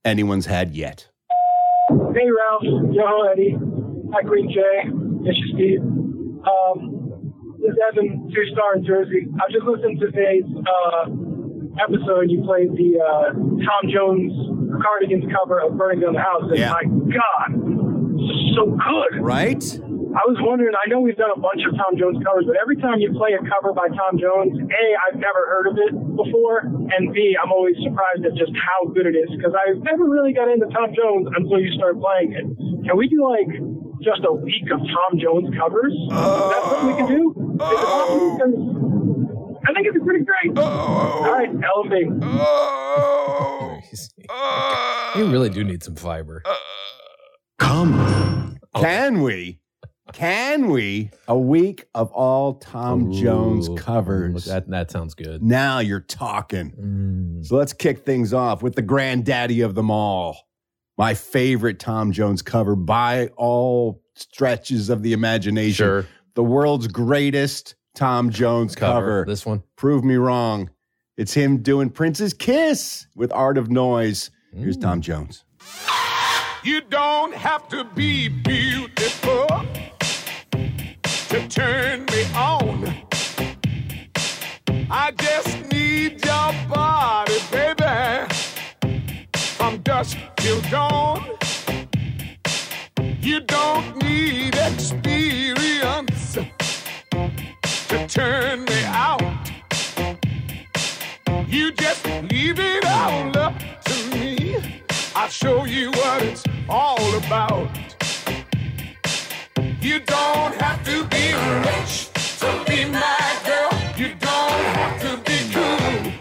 Speaker 2: anyone's had yet.
Speaker 16: Hey, Ralph. Yo, Eddie. Hi, Green Jay. It's your Steve. Um, this is Evan, two star in Jersey. I just listened to today's uh, episode. You played the uh, Tom Jones Cardigans cover of Burning Down the House. And my God, so good.
Speaker 2: Right?
Speaker 16: I was wondering, I know we've done a bunch of Tom Jones covers, but every time you play a cover by Tom Jones, A, I've never heard of it before, and B, I'm always surprised at just how good it is, because I never really got into Tom Jones until you start playing it. Can we do, like, just a week of Tom Jones covers? Is that something we can do? Is it possible? 'Cause I think it'd be pretty great. All right, elevate.
Speaker 4: You really do need some fiber.
Speaker 2: Come. Can we? Can we? A week of all Tom Jones covers.
Speaker 4: That that sounds good. Mm.
Speaker 2: Now you're talking. So let's kick things off with the granddaddy of them all. My favorite Tom Jones cover by all stretches of the imagination.
Speaker 4: Sure.
Speaker 2: The world's greatest Tom Jones cover.
Speaker 4: This one.
Speaker 2: Prove me wrong. It's him doing Prince's Kiss with Art of Noise.
Speaker 4: Mm.
Speaker 2: Here's Tom Jones.
Speaker 13: You don't have to be beautiful to turn me on. I just need your body, baby, from dusk till dawn. You don't need experience to turn me out. You just leave it all up to me. I'll show you what it's all about. You don't have to be rich to be my girl. You don't have to be cool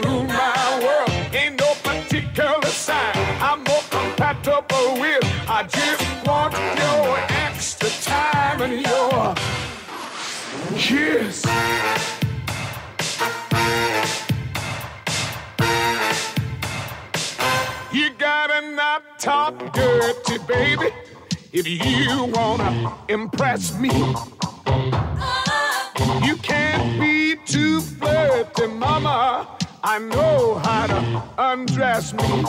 Speaker 13: to rule my world. Ain't no particular sign I'm more compatible with. I just want your extra time and your kiss. You gotta not talk dirty, baby, if you wanna impress me. You can't be too flirty, mama. I know how to undress me.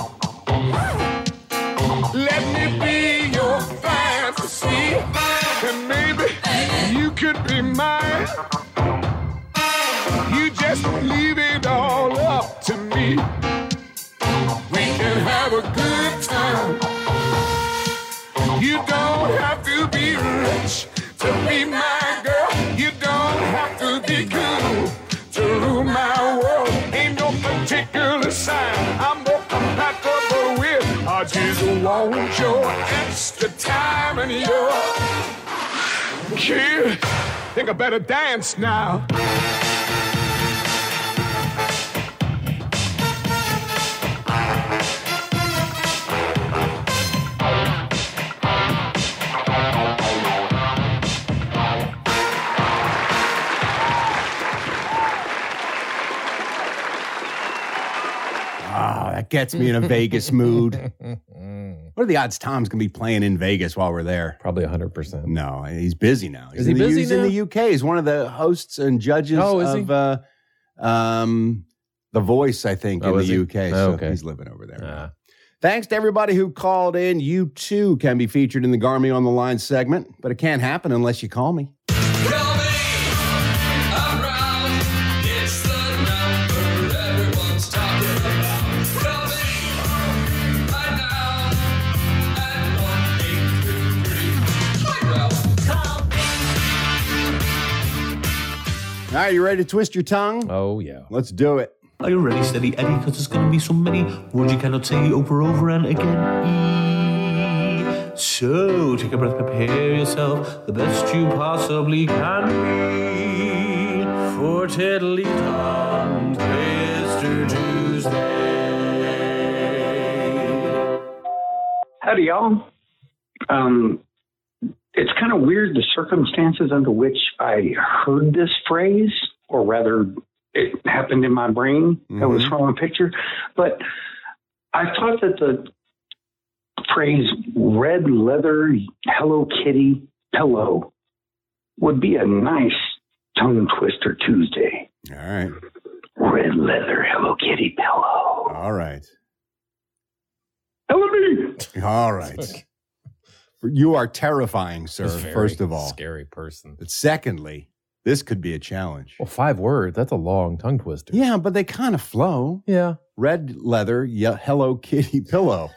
Speaker 13: Let me be your fantasy, and maybe you could be mine. You just leave it all up to me. We can have a good time. You don't have to be rich to be my girl. You don't have to be cool to rule my world. Ain't no particular sign I'm more compatible with. I just want your extra time and your kid. Think I better dance now.
Speaker 2: Ah, that gets me in a Vegas
Speaker 4: (laughs)
Speaker 2: mood. What are the odds Tom's going to be playing in Vegas while we're there?
Speaker 4: Probably 100%.
Speaker 2: No, he's busy now. He's
Speaker 4: Is he
Speaker 2: in the,
Speaker 4: busy
Speaker 2: He's
Speaker 4: now?
Speaker 2: in the UK. He's one of the hosts and judges
Speaker 4: Oh, is he?
Speaker 2: of uh, um, The Voice, I think,
Speaker 4: Oh,
Speaker 2: in
Speaker 4: is
Speaker 2: the
Speaker 4: he?
Speaker 2: UK.
Speaker 4: Oh,
Speaker 2: so
Speaker 4: okay. Ah.
Speaker 2: he's living over there. Thanks to everybody who called in. You too can be featured in the Garmy on the Line segment, but it can't happen unless you call me.
Speaker 11: It's the number everyone's talking about. Call me right now at one eight three three. Ralph, call
Speaker 2: All right, you ready to twist your tongue?
Speaker 4: Oh, yeah.
Speaker 2: Let's do it.
Speaker 17: Are you ready, steady Eddie? Because there's going to be so many words you cannot say over over and again. E. So take a breath, prepare yourself the best you possibly can be for Tiddly Tom Twister Tuesday.
Speaker 18: Howdy, y'all. Um, it's kind of weird the circumstances under which I heard this phrase, or rather, it happened in my brain. That was
Speaker 2: Mm-hmm.
Speaker 18: from a picture. But I thought that the phrase red leather Hello Kitty pillow would be a nice tongue twister Tuesday.
Speaker 2: All right.
Speaker 18: Red leather Hello Kitty pillow.
Speaker 2: All right.
Speaker 18: Hello, me.
Speaker 2: (laughs) All right. You are terrifying, sir,
Speaker 4: He's very
Speaker 2: first of all.
Speaker 4: Scary person.
Speaker 2: But secondly, this could be a challenge.
Speaker 4: Well, five words. That's a long tongue twister.
Speaker 2: Yeah, but they kind of flow.
Speaker 4: Yeah.
Speaker 2: Red leather, ye- Hello Kitty (laughs) pillow.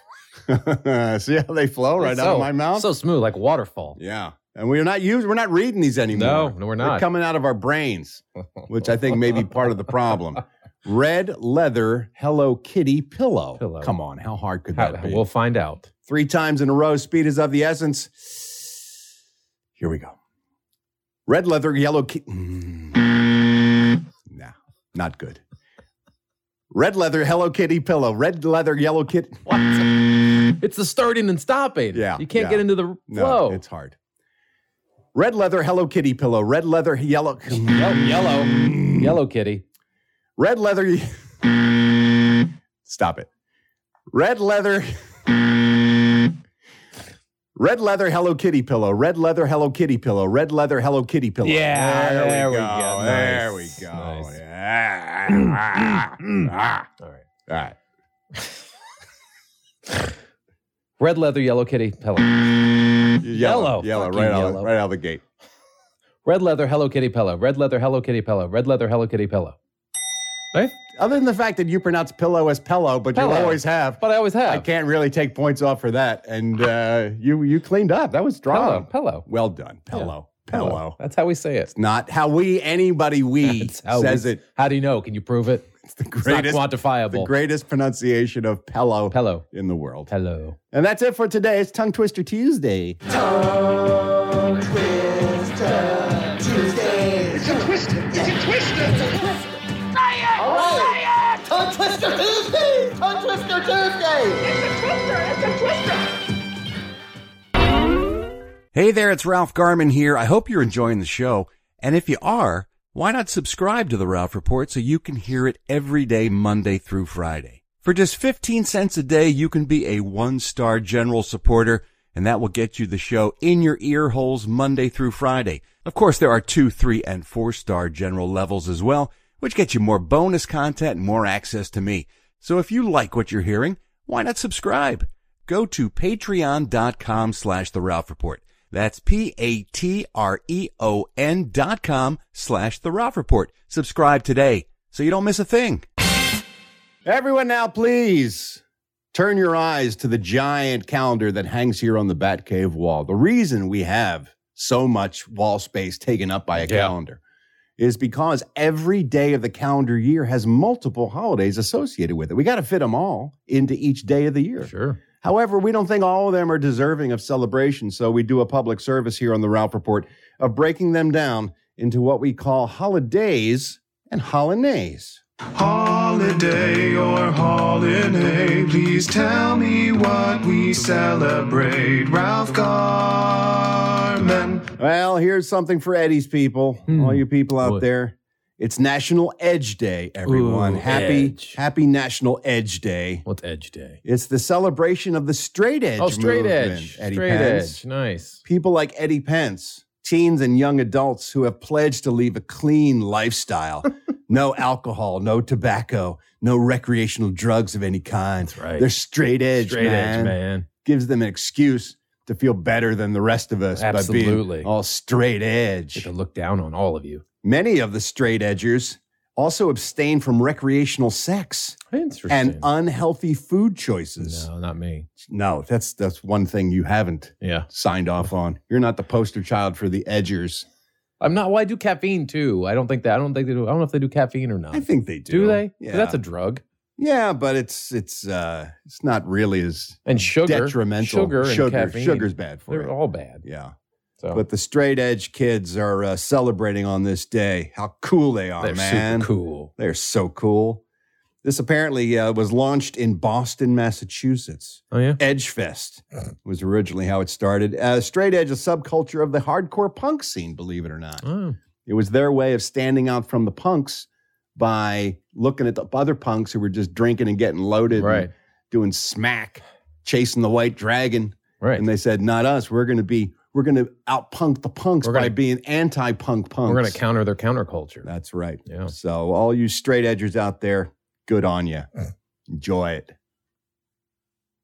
Speaker 2: See how they flow right
Speaker 4: It's
Speaker 2: out
Speaker 4: so-
Speaker 2: of my mouth?
Speaker 4: So smooth, like waterfall.
Speaker 2: Yeah. and we're not using, we're not reading these anymore.
Speaker 4: No, no, we're
Speaker 2: They're
Speaker 4: not.
Speaker 2: coming out of our
Speaker 4: (laughs)
Speaker 2: brains, which I think may be part of the problem. Red leather Hello Kitty pillow.
Speaker 4: Pillow.
Speaker 2: Come on, how hard could
Speaker 4: How-
Speaker 2: that be?
Speaker 4: we'll find out.
Speaker 2: Three times in a row, speed is of the essence. Here we go. Red leather, yellow kitty. Nah, not good. Red leather, Hello Kitty pillow. Red leather, yellow kit. What?
Speaker 4: It's the starting and stopping.
Speaker 2: Yeah,
Speaker 4: You can't
Speaker 2: yeah.
Speaker 4: get into the
Speaker 2: No,
Speaker 4: flow.
Speaker 2: it's hard. Red leather, Hello Kitty pillow. Red leather, yellow.
Speaker 4: yellow. Yellow kitty.
Speaker 2: Red leather. (laughs) Stop it. Red leather. (laughs) Red leather Hello Kitty pillow. Red leather Hello Kitty pillow. Red leather Hello Kitty pillow.
Speaker 4: Yeah,
Speaker 2: There,
Speaker 4: there
Speaker 2: we
Speaker 4: we
Speaker 2: go.
Speaker 4: go.
Speaker 2: There
Speaker 4: Nice,
Speaker 2: we go.
Speaker 4: nice.
Speaker 2: Yeah. (clears throat)
Speaker 4: (clears throat)
Speaker 2: Ah.
Speaker 4: All right.
Speaker 2: All right.
Speaker 4: (laughs) Red leather, yellow kitty, pillow.
Speaker 2: Yellow.
Speaker 4: Yellow.
Speaker 2: Yellow.
Speaker 4: Fucking
Speaker 2: Right out,
Speaker 4: yellow.
Speaker 2: right out of the gate.
Speaker 4: Red leather, hello kitty, pillow. Red leather, hello kitty, pillow. Red leather, hello kitty, pillow. Right?
Speaker 2: Other than the fact that you pronounce pillow as pillow, but you
Speaker 4: Pillow.
Speaker 2: always have,
Speaker 4: But I always have.
Speaker 2: I can't really take points off for that. And uh, you you cleaned up. That was strong.
Speaker 4: Pillow, pillow.
Speaker 2: Well done. Pillow. Pillow.
Speaker 4: That's how we say it.
Speaker 2: Not how we anybody we
Speaker 4: That's how
Speaker 2: says
Speaker 4: we-
Speaker 2: it.
Speaker 4: Oh, How do you know? Can you prove it?
Speaker 2: It's the
Speaker 4: (laughs) It's not
Speaker 2: greatest the
Speaker 4: quantifiable.
Speaker 2: greatest pronunciation of pillow
Speaker 4: Hello.
Speaker 2: in the world.
Speaker 4: Hello.
Speaker 2: And that's it for today. It's Tongue Twister Tuesday.
Speaker 11: It's a twister. It's a twister. It's a twister. Say it. Say it. Tongue twister Tuesday. Tongue twister Tuesday. It's a twister. It's a twister.
Speaker 19: Hey there, it's Ralph Garman here. I hope you're enjoying the show. And if you are, why not subscribe to the Ralph Report so you can hear it every day, Monday through Friday? For just 15 cents a day, you can be a one-star general supporter, and that will get you the show in your ear holes Monday through Friday. Of course, there are two, three, and four-star general levels as well, which get you more bonus content and more access to me. So if you like what you're hearing, why not subscribe? go to patreon.com slash the Ralph Report. That's P-A-T-R-E-O-N E dot com slash the Ralph Report. Subscribe today so you don't miss a thing.
Speaker 2: Everyone now, please turn your eyes to the giant calendar that hangs here on the Batcave wall. The reason we have so much wall space taken up by a
Speaker 4: Yeah.
Speaker 2: calendar is because every day of the calendar year has multiple holidays associated with it. We got to fit them all into each day of the year.
Speaker 4: Sure.
Speaker 2: However, we don't think all of them are deserving of celebration, so we do a public service here on the Ralph Report of breaking them down into what we call holidays and holinays.
Speaker 17: Holiday or holiday, please tell me what we celebrate. Ralph Garman.
Speaker 2: Well, here's something for Eddie's people, all you people out
Speaker 4: Hmm. What?
Speaker 2: there. It's National Edge Day, everyone.
Speaker 4: Ooh,
Speaker 2: happy,
Speaker 4: Edge.
Speaker 2: happy National Edge Day.
Speaker 4: What's Edge Day?
Speaker 2: It's the celebration of the straight edge.
Speaker 4: oh, straight
Speaker 2: movement,
Speaker 4: edge.
Speaker 2: Eddie
Speaker 4: straight
Speaker 2: Pence.
Speaker 4: edge. Nice.
Speaker 2: people like Eddie Pence, teens and young adults who have pledged to leave a clean
Speaker 4: (laughs)
Speaker 2: lifestyle. no alcohol, no tobacco, no recreational drugs of any kind. That's
Speaker 4: right.
Speaker 2: They're straight edge,
Speaker 4: straight
Speaker 2: man.
Speaker 4: edge, man.
Speaker 2: Gives them an excuse to feel better than the rest of us by
Speaker 4: Absolutely.
Speaker 2: being all straight
Speaker 4: Get
Speaker 2: edge.
Speaker 4: to look down on all of you.
Speaker 2: Many of the straight edgers also abstain from recreational sex
Speaker 4: Interesting.
Speaker 2: and unhealthy food choices.
Speaker 4: no, not me.
Speaker 2: no that's that's one thing you haven't
Speaker 4: Yeah.
Speaker 2: signed off on. You're not the poster child for the edgers.
Speaker 4: I'm not. Well, I do caffeine too. I don't think that. I don't think they do. I don't know if they do caffeine or not.
Speaker 2: I think they do.
Speaker 4: do they? 'Cause
Speaker 2: Yeah,
Speaker 4: That's a drug.
Speaker 2: yeah, but it's it's uh it's not really as
Speaker 4: And sugar.
Speaker 2: detrimental.
Speaker 4: Sugar and
Speaker 2: sugar,
Speaker 4: caffeine.
Speaker 2: sugar's bad for
Speaker 4: They're
Speaker 2: you.
Speaker 4: all bad.
Speaker 2: yeah,
Speaker 4: So
Speaker 2: but the straight edge kids are uh, celebrating on this day. How cool they are,
Speaker 4: they're
Speaker 2: man!
Speaker 4: super cool.
Speaker 2: They're so cool. This apparently uh, was launched in Boston, Massachusetts.
Speaker 4: Oh yeah.
Speaker 2: Edgefest was originally how it started. Uh, straight edge, a subculture of the hardcore punk scene, believe it or not.
Speaker 4: Oh.
Speaker 2: It was their way of standing out from the punks by looking at the other punks who were just drinking and getting loaded, and
Speaker 4: Right.
Speaker 2: doing smack, chasing the white dragon.
Speaker 4: Right.
Speaker 2: And they said, "Not us. We're going to be. We're going to out punk the punks
Speaker 4: We're
Speaker 2: by
Speaker 4: gonna-
Speaker 2: being anti punk punks.
Speaker 4: We're gonna counter their counterculture.
Speaker 2: That's right.
Speaker 4: Yeah.
Speaker 2: So all you straight edgers out there, good on you. Enjoy it.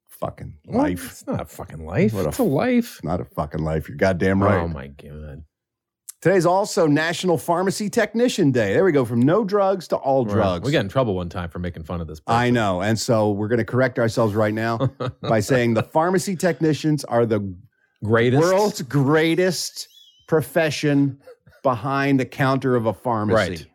Speaker 2: Fucking
Speaker 4: What?
Speaker 2: life.
Speaker 4: It's not a fucking life.
Speaker 2: What a
Speaker 4: it's a life.
Speaker 2: Not a fucking life. You're goddamn right.
Speaker 4: Oh my god.
Speaker 2: Today's also National Pharmacy Technician Day. There we go. From no drugs to all
Speaker 4: Right.
Speaker 2: drugs.
Speaker 4: We got in trouble one time for making fun of this.
Speaker 2: I know.
Speaker 4: (laughs)
Speaker 2: And so we're going to correct ourselves right now
Speaker 4: know.
Speaker 2: by saying the pharmacy technicians are the
Speaker 4: Greatest.
Speaker 2: world's greatest profession behind the counter of a pharmacy.
Speaker 4: Right.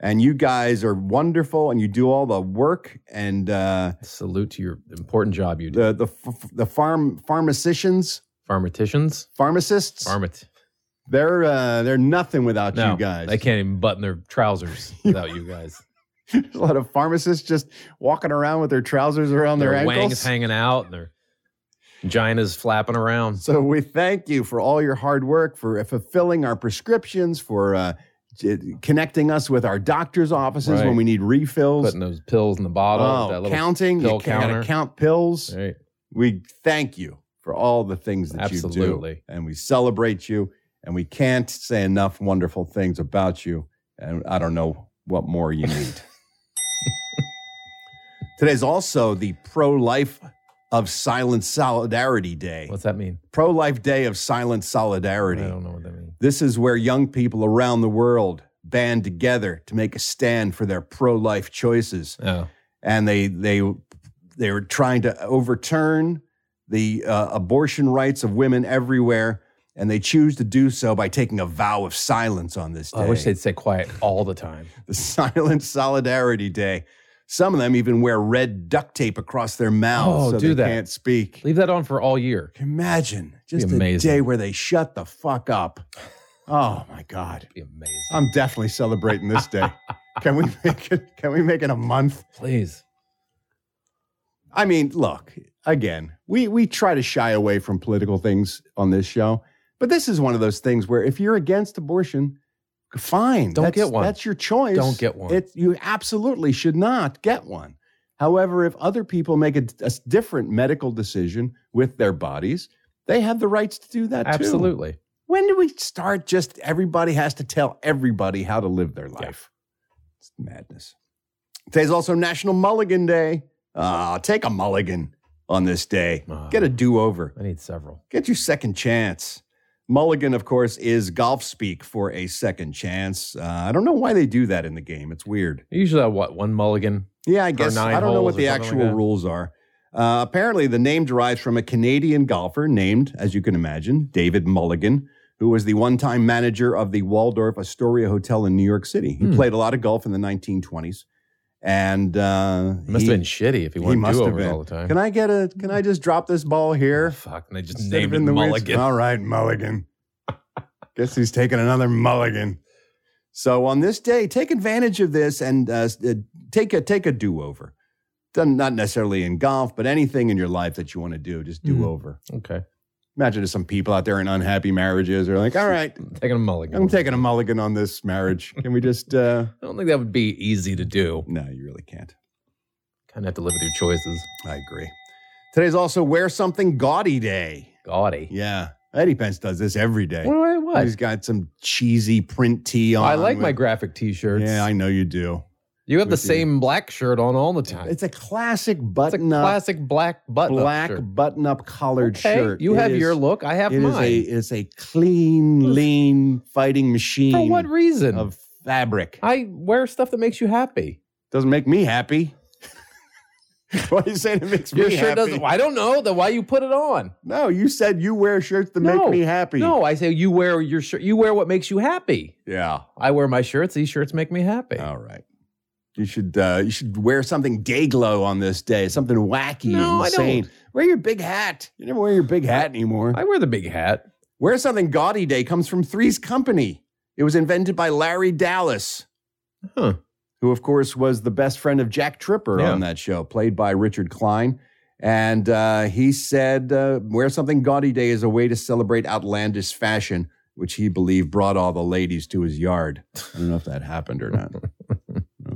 Speaker 2: And you guys are wonderful, and you do all the work. And uh,
Speaker 4: salute to your important job you do.
Speaker 2: The the f- the farm pharmacicians,
Speaker 4: Pharmaticians,
Speaker 2: pharmacists,
Speaker 4: pharmat.
Speaker 2: they're uh, they're nothing without
Speaker 4: No,
Speaker 2: you guys. (laughs)
Speaker 4: they can't even button their trousers without you guys.
Speaker 2: There's a lot of pharmacists just walking around with their trousers around their,
Speaker 4: their
Speaker 2: ankles.
Speaker 4: wangs hanging out, and their vaginas flapping around.
Speaker 2: So we thank you for all your hard work, for uh, fulfilling our prescriptions, for uh, j- connecting us with our doctors' offices
Speaker 4: Right.
Speaker 2: when we need refills.
Speaker 4: Putting those pills in the bottle.
Speaker 2: oh,
Speaker 4: that little
Speaker 2: counting,
Speaker 4: pill
Speaker 2: you gotta
Speaker 4: counter.
Speaker 2: count pills.
Speaker 4: Right.
Speaker 2: We thank you for all the things that you do,
Speaker 4: Absolutely.
Speaker 2: and we celebrate you, and we can't say enough wonderful things about you. And I don't know what more you need.
Speaker 4: (laughs)
Speaker 2: Today's also the pro-life of silent solidarity day.
Speaker 4: What's that mean?
Speaker 2: Pro Life Day of Silent
Speaker 4: I
Speaker 2: Solidarity.
Speaker 4: don't know what that means.
Speaker 2: This is where young people around the world band together to make a stand for their pro life choices.
Speaker 4: Oh,
Speaker 2: And they they they were trying to overturn the uh, abortion rights of women everywhere, and they choose to do so by taking a vow of silence on this day.
Speaker 4: I wish they'd stay quiet all the time.
Speaker 2: (laughs) the Silent Solidarity Day. Some of them even wear red duct tape across their mouths
Speaker 4: Oh,
Speaker 2: so
Speaker 4: do
Speaker 2: they
Speaker 4: that.
Speaker 2: can't speak.
Speaker 4: Leave that on for all year.
Speaker 2: Imagine
Speaker 4: Be
Speaker 2: just a
Speaker 4: amazing.
Speaker 2: day where they shut the fuck
Speaker 4: (laughs)
Speaker 2: up. Oh my god,
Speaker 4: Be amazing.
Speaker 2: I'm definitely celebrating this
Speaker 4: (laughs)
Speaker 2: day. can we make it? Can we make it a month?
Speaker 4: Please.
Speaker 2: I mean, look again. We we try to shy away from political things on this show, but this is one of those things where if you're against abortion, fine,
Speaker 4: Don't
Speaker 2: that's-
Speaker 4: get one.
Speaker 2: That's your choice.
Speaker 4: Don't get one.
Speaker 2: It you absolutely should not get one. However, if other people make a, a different medical decision with their bodies, they have the rights to do that too.
Speaker 4: Absolutely.
Speaker 2: When do we start just everybody has to tell everybody how to live their life? It's madness. Today's also National Mulligan Day. Ah, take a mulligan on this day.
Speaker 4: Ah.
Speaker 2: Get a do over.
Speaker 4: I need several.
Speaker 2: Get your second chance. Mulligan, of course, is golf speak for a second chance. Uh, I don't know why they do that in the game. It's weird.
Speaker 4: Usually, I what one mulligan?
Speaker 2: Yeah, I
Speaker 4: Or
Speaker 2: guess
Speaker 4: nine
Speaker 2: I don't know
Speaker 4: holes
Speaker 2: what
Speaker 4: or
Speaker 2: the
Speaker 4: something like
Speaker 2: actual
Speaker 4: that.
Speaker 2: rules are. Uh, apparently, the name derives from a Canadian golfer named, as you can imagine, David Mulligan, who was the one-time manager of the Waldorf Astoria Hotel in New York City. He
Speaker 4: Hmm.
Speaker 2: played a lot of golf in the 1920s, and uh,
Speaker 4: Must
Speaker 2: he-
Speaker 4: have been shitty if he
Speaker 2: he
Speaker 4: wanted
Speaker 2: must
Speaker 4: do
Speaker 2: have
Speaker 4: overs
Speaker 2: been.
Speaker 4: all the time.
Speaker 2: Can I get a? Can I just drop this ball here?
Speaker 4: Fuck, and they just
Speaker 2: Instead of
Speaker 4: named him
Speaker 2: in the weeds.
Speaker 4: mulligan.
Speaker 2: All right,
Speaker 4: (laughs)
Speaker 2: Mulligan. Guess he's taking another Mulligan. So on this day, take advantage of this and uh, s- uh, take a take a do over. Not necessarily in golf, but anything in your life that you want to do, just do
Speaker 4: Mhm.
Speaker 2: over.
Speaker 4: Okay,
Speaker 2: Imagine there's some people out there in unhappy marriages. They're like, all right,
Speaker 4: (laughs) taking a mulligan.
Speaker 2: I'm taking a mulligan on this marriage. Can we just? Uh,
Speaker 4: (laughs) I don't think that would be easy to do.
Speaker 2: no, you really can't.
Speaker 4: Kind of have to live with your choices.
Speaker 2: I agree. Today's also wear something gaudy day.
Speaker 4: Gaudy.
Speaker 2: Yeah, Eddie Pence does this every day.
Speaker 4: What do I what?
Speaker 2: He's got some cheesy print tee on.
Speaker 4: I like my
Speaker 2: with-
Speaker 4: graphic T-shirts.
Speaker 2: Yeah, I know you do.
Speaker 4: you have the
Speaker 2: with you.
Speaker 4: same black shirt on all the time.
Speaker 2: It's a classic
Speaker 4: It's a
Speaker 2: button up,
Speaker 4: classic black button
Speaker 2: black
Speaker 4: shirt.
Speaker 2: button up collared
Speaker 4: Okay,
Speaker 2: shirt.
Speaker 4: You
Speaker 2: It
Speaker 4: have
Speaker 2: is-
Speaker 4: your look. I have
Speaker 2: it is
Speaker 4: mine.
Speaker 2: a it's a clean, lean fighting machine.
Speaker 4: For what reason?
Speaker 2: Of fabric
Speaker 4: I wear stuff that makes you happy.
Speaker 2: doesn't make me happy. (laughs) what are you saying? It makes
Speaker 4: Your
Speaker 2: me
Speaker 4: shirt
Speaker 2: happy.
Speaker 4: doesn't. I don't know. Then why you put it on?
Speaker 2: No, you said you wear shirts to
Speaker 4: No.
Speaker 2: make me happy.
Speaker 4: No, I say you wear your shirt. You wear what makes you happy.
Speaker 2: Yeah.
Speaker 4: I wear my shirts. These shirts make me happy.
Speaker 2: All right. You should uh, you should wear something day glow on this day, something wacky
Speaker 4: No,
Speaker 2: and
Speaker 4: I don't.
Speaker 2: insane. Wear your big hat. You never wear your big hat anymore.
Speaker 4: I wear the big hat.
Speaker 2: Wear something gaudy day comes from Three's Company. It was invented by Larry Dallas,
Speaker 4: Huh.
Speaker 2: who of course was the best friend of Jack Tripper
Speaker 4: Yeah.
Speaker 2: on that show, played by Richard Klein. And uh, he said, uh, "Wear something gaudy day is a way to celebrate outlandish fashion." Which he believed brought all the ladies to his yard. I don't know if that happened
Speaker 4: (laughs)
Speaker 2: or not.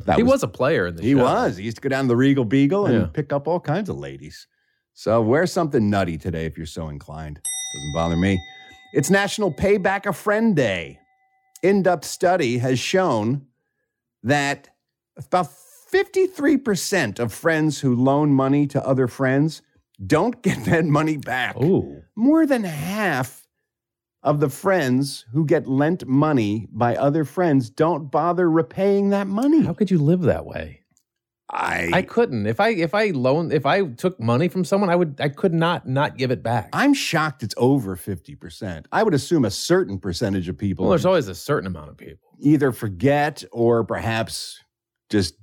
Speaker 2: That
Speaker 4: he was, a player in the
Speaker 2: he
Speaker 4: show.
Speaker 2: was. He used to go down to the Regal Beagle and
Speaker 4: Yeah.
Speaker 2: pick up all kinds of ladies. So wear something nutty today if you're so inclined. Doesn't bother me. It's National Pay Back a Friend Day. In depth study has shown that about 53% of friends who loan money to other friends don't get (laughs) that money back.
Speaker 4: Ooh.
Speaker 2: More than half of the friends who get lent money by other friends don't bother repaying that money.
Speaker 4: How could you live that way?
Speaker 2: I
Speaker 4: I couldn't. If I if I loaned if I took money from someone, I would I could not not give it back.
Speaker 2: I'm shocked it's over 50%. I would assume a certain percentage of people
Speaker 4: Well, there's always a certain amount of people.
Speaker 2: either forget or perhaps just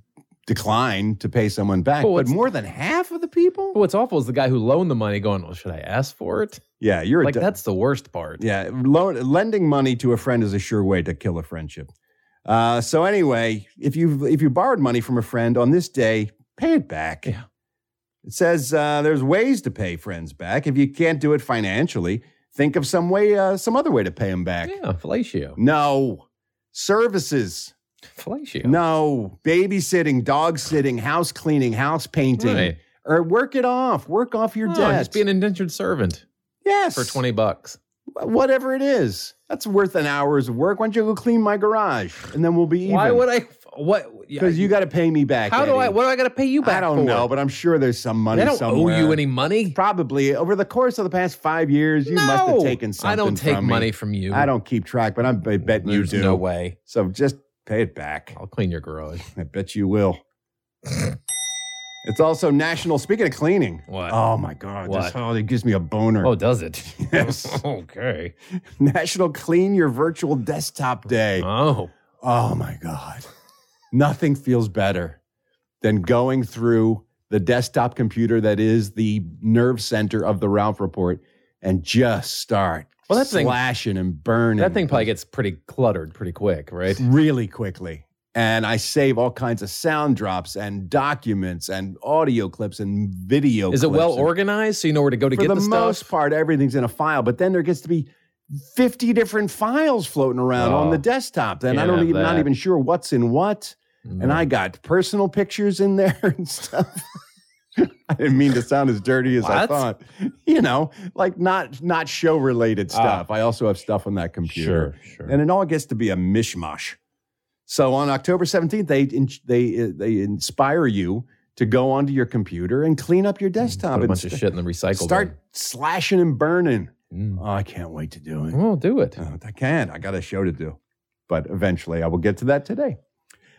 Speaker 2: decline to pay someone back. But
Speaker 4: what's-
Speaker 2: more than half of the people?
Speaker 4: What's awful is the guy who loaned the money going, Well, should I ask for it?
Speaker 2: Yeah, you're
Speaker 4: like
Speaker 2: a,
Speaker 4: that's the worst part.
Speaker 2: Yeah, loan, lending money to a friend is a sure way to kill a friendship. Uh, so anyway, if you if you borrowed money from a friend on this day, pay it back.
Speaker 4: Yeah.
Speaker 2: It says uh, there's ways to pay friends back. If you can't do it financially, think of some way, uh, some other way to pay them back.
Speaker 4: Yeah, fellatio.
Speaker 2: No services.
Speaker 4: Fellatio.
Speaker 2: No babysitting, dog sitting, house cleaning, house painting,
Speaker 4: Right. Oh,
Speaker 2: or work it off. Work off your
Speaker 4: No,
Speaker 2: debt.
Speaker 4: just be an indentured servant
Speaker 2: yes,
Speaker 4: for 20 bucks.
Speaker 2: whatever it is. That's worth an hour's of work. Why don't you go clean my garage and then we'll be even?
Speaker 4: Why would I what
Speaker 2: Because you got to pay me back.
Speaker 4: How do I
Speaker 2: Eddie.
Speaker 4: what do I gotta pay you back?
Speaker 2: I don't
Speaker 4: for?
Speaker 2: know, but I'm sure there's some money
Speaker 4: They don't
Speaker 2: somewhere.
Speaker 4: owe you any money.
Speaker 2: Probably over the course of the past five years, you must have
Speaker 4: No,
Speaker 2: taken something.
Speaker 4: I don't take
Speaker 2: from me.
Speaker 4: money
Speaker 2: (laughs)
Speaker 4: from you.
Speaker 2: I don't keep track, but I'm, I bet you
Speaker 4: There's
Speaker 2: do.
Speaker 4: no way.
Speaker 2: So just pay it back.
Speaker 4: I'll clean your garage.
Speaker 2: I bet you will. it's also national. Speaking of cleaning,
Speaker 4: What?
Speaker 2: oh my god, this
Speaker 4: What?
Speaker 2: holiday gives me a boner.
Speaker 4: Oh, does it?
Speaker 2: Yes.
Speaker 4: (laughs) okay.
Speaker 2: National Clean Your Virtual Desktop Day.
Speaker 4: Oh.
Speaker 2: Oh my God. Nothing feels better than going through the desktop computer that is the nerve center of the Ralph report and just start
Speaker 4: Well, that thing-
Speaker 2: slashing and burning.
Speaker 4: That thing probably gets pretty cluttered pretty quick, right?
Speaker 2: really quickly. And I save all kinds of sound drops and documents and audio clips and video
Speaker 4: Is it
Speaker 2: clips
Speaker 4: well
Speaker 2: and-
Speaker 4: organized so you know where to go to
Speaker 2: for
Speaker 4: get
Speaker 2: the,
Speaker 4: the,
Speaker 2: most
Speaker 4: stuff?
Speaker 2: part, everything's in a file, but then there gets to be 50 different files floating around on
Speaker 4: Oh,
Speaker 2: the desktop. Then I
Speaker 4: can't
Speaker 2: don't
Speaker 4: have
Speaker 2: even, not
Speaker 4: that.
Speaker 2: even sure what's in what. And
Speaker 4: Mm.
Speaker 2: I got personal pictures in there (laughs) and stuff. I didn't mean to sound as dirty as I
Speaker 4: What?
Speaker 2: thought. You know, like not not show related stuff. I also have stuff on that computer.
Speaker 4: Ah. Sure, sure.
Speaker 2: And it all gets to be a mishmash. So on October 17th, they in- they uh, they inspire you to go onto your computer and clean up your desktop
Speaker 4: Mm, Put a
Speaker 2: and
Speaker 4: bunch of
Speaker 2: st-
Speaker 4: shit in the recycle.
Speaker 2: Start slashing and burning.
Speaker 4: bin. Mm.
Speaker 2: Oh, I can't wait to do it.
Speaker 4: Well, do it.
Speaker 2: Oh, I can't. I got a show to do. But eventually I will get to that today.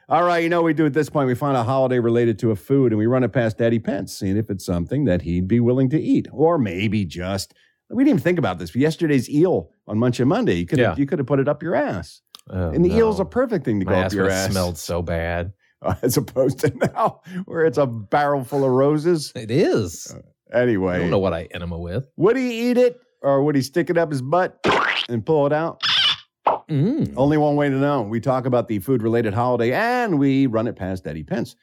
Speaker 2: All right, you know what we do at this point. We find a holiday related to a food and we run it past Eddie Pence, seeing if it's something that he'd be willing to eat. Or maybe just we didn't even think about this. But yesterday's eel on Munchie Monday, you could have
Speaker 4: Yeah.
Speaker 2: you could have put it up your ass.
Speaker 4: Oh,
Speaker 2: and the eel's
Speaker 4: no.
Speaker 2: a perfect thing to go
Speaker 4: My
Speaker 2: up
Speaker 4: ass
Speaker 2: your
Speaker 4: would've
Speaker 2: ass.
Speaker 4: smelled so bad.
Speaker 2: (laughs) As opposed to now, where it's a barrel full of roses. Uh,
Speaker 4: It is.
Speaker 2: Anyway.
Speaker 4: I don't know what I enema with.
Speaker 2: Would he eat it or would he stick it up his butt and pull it out?
Speaker 4: Mm.
Speaker 2: Only one way to know. We talk about the food related holiday and we run it past Eddie Pence.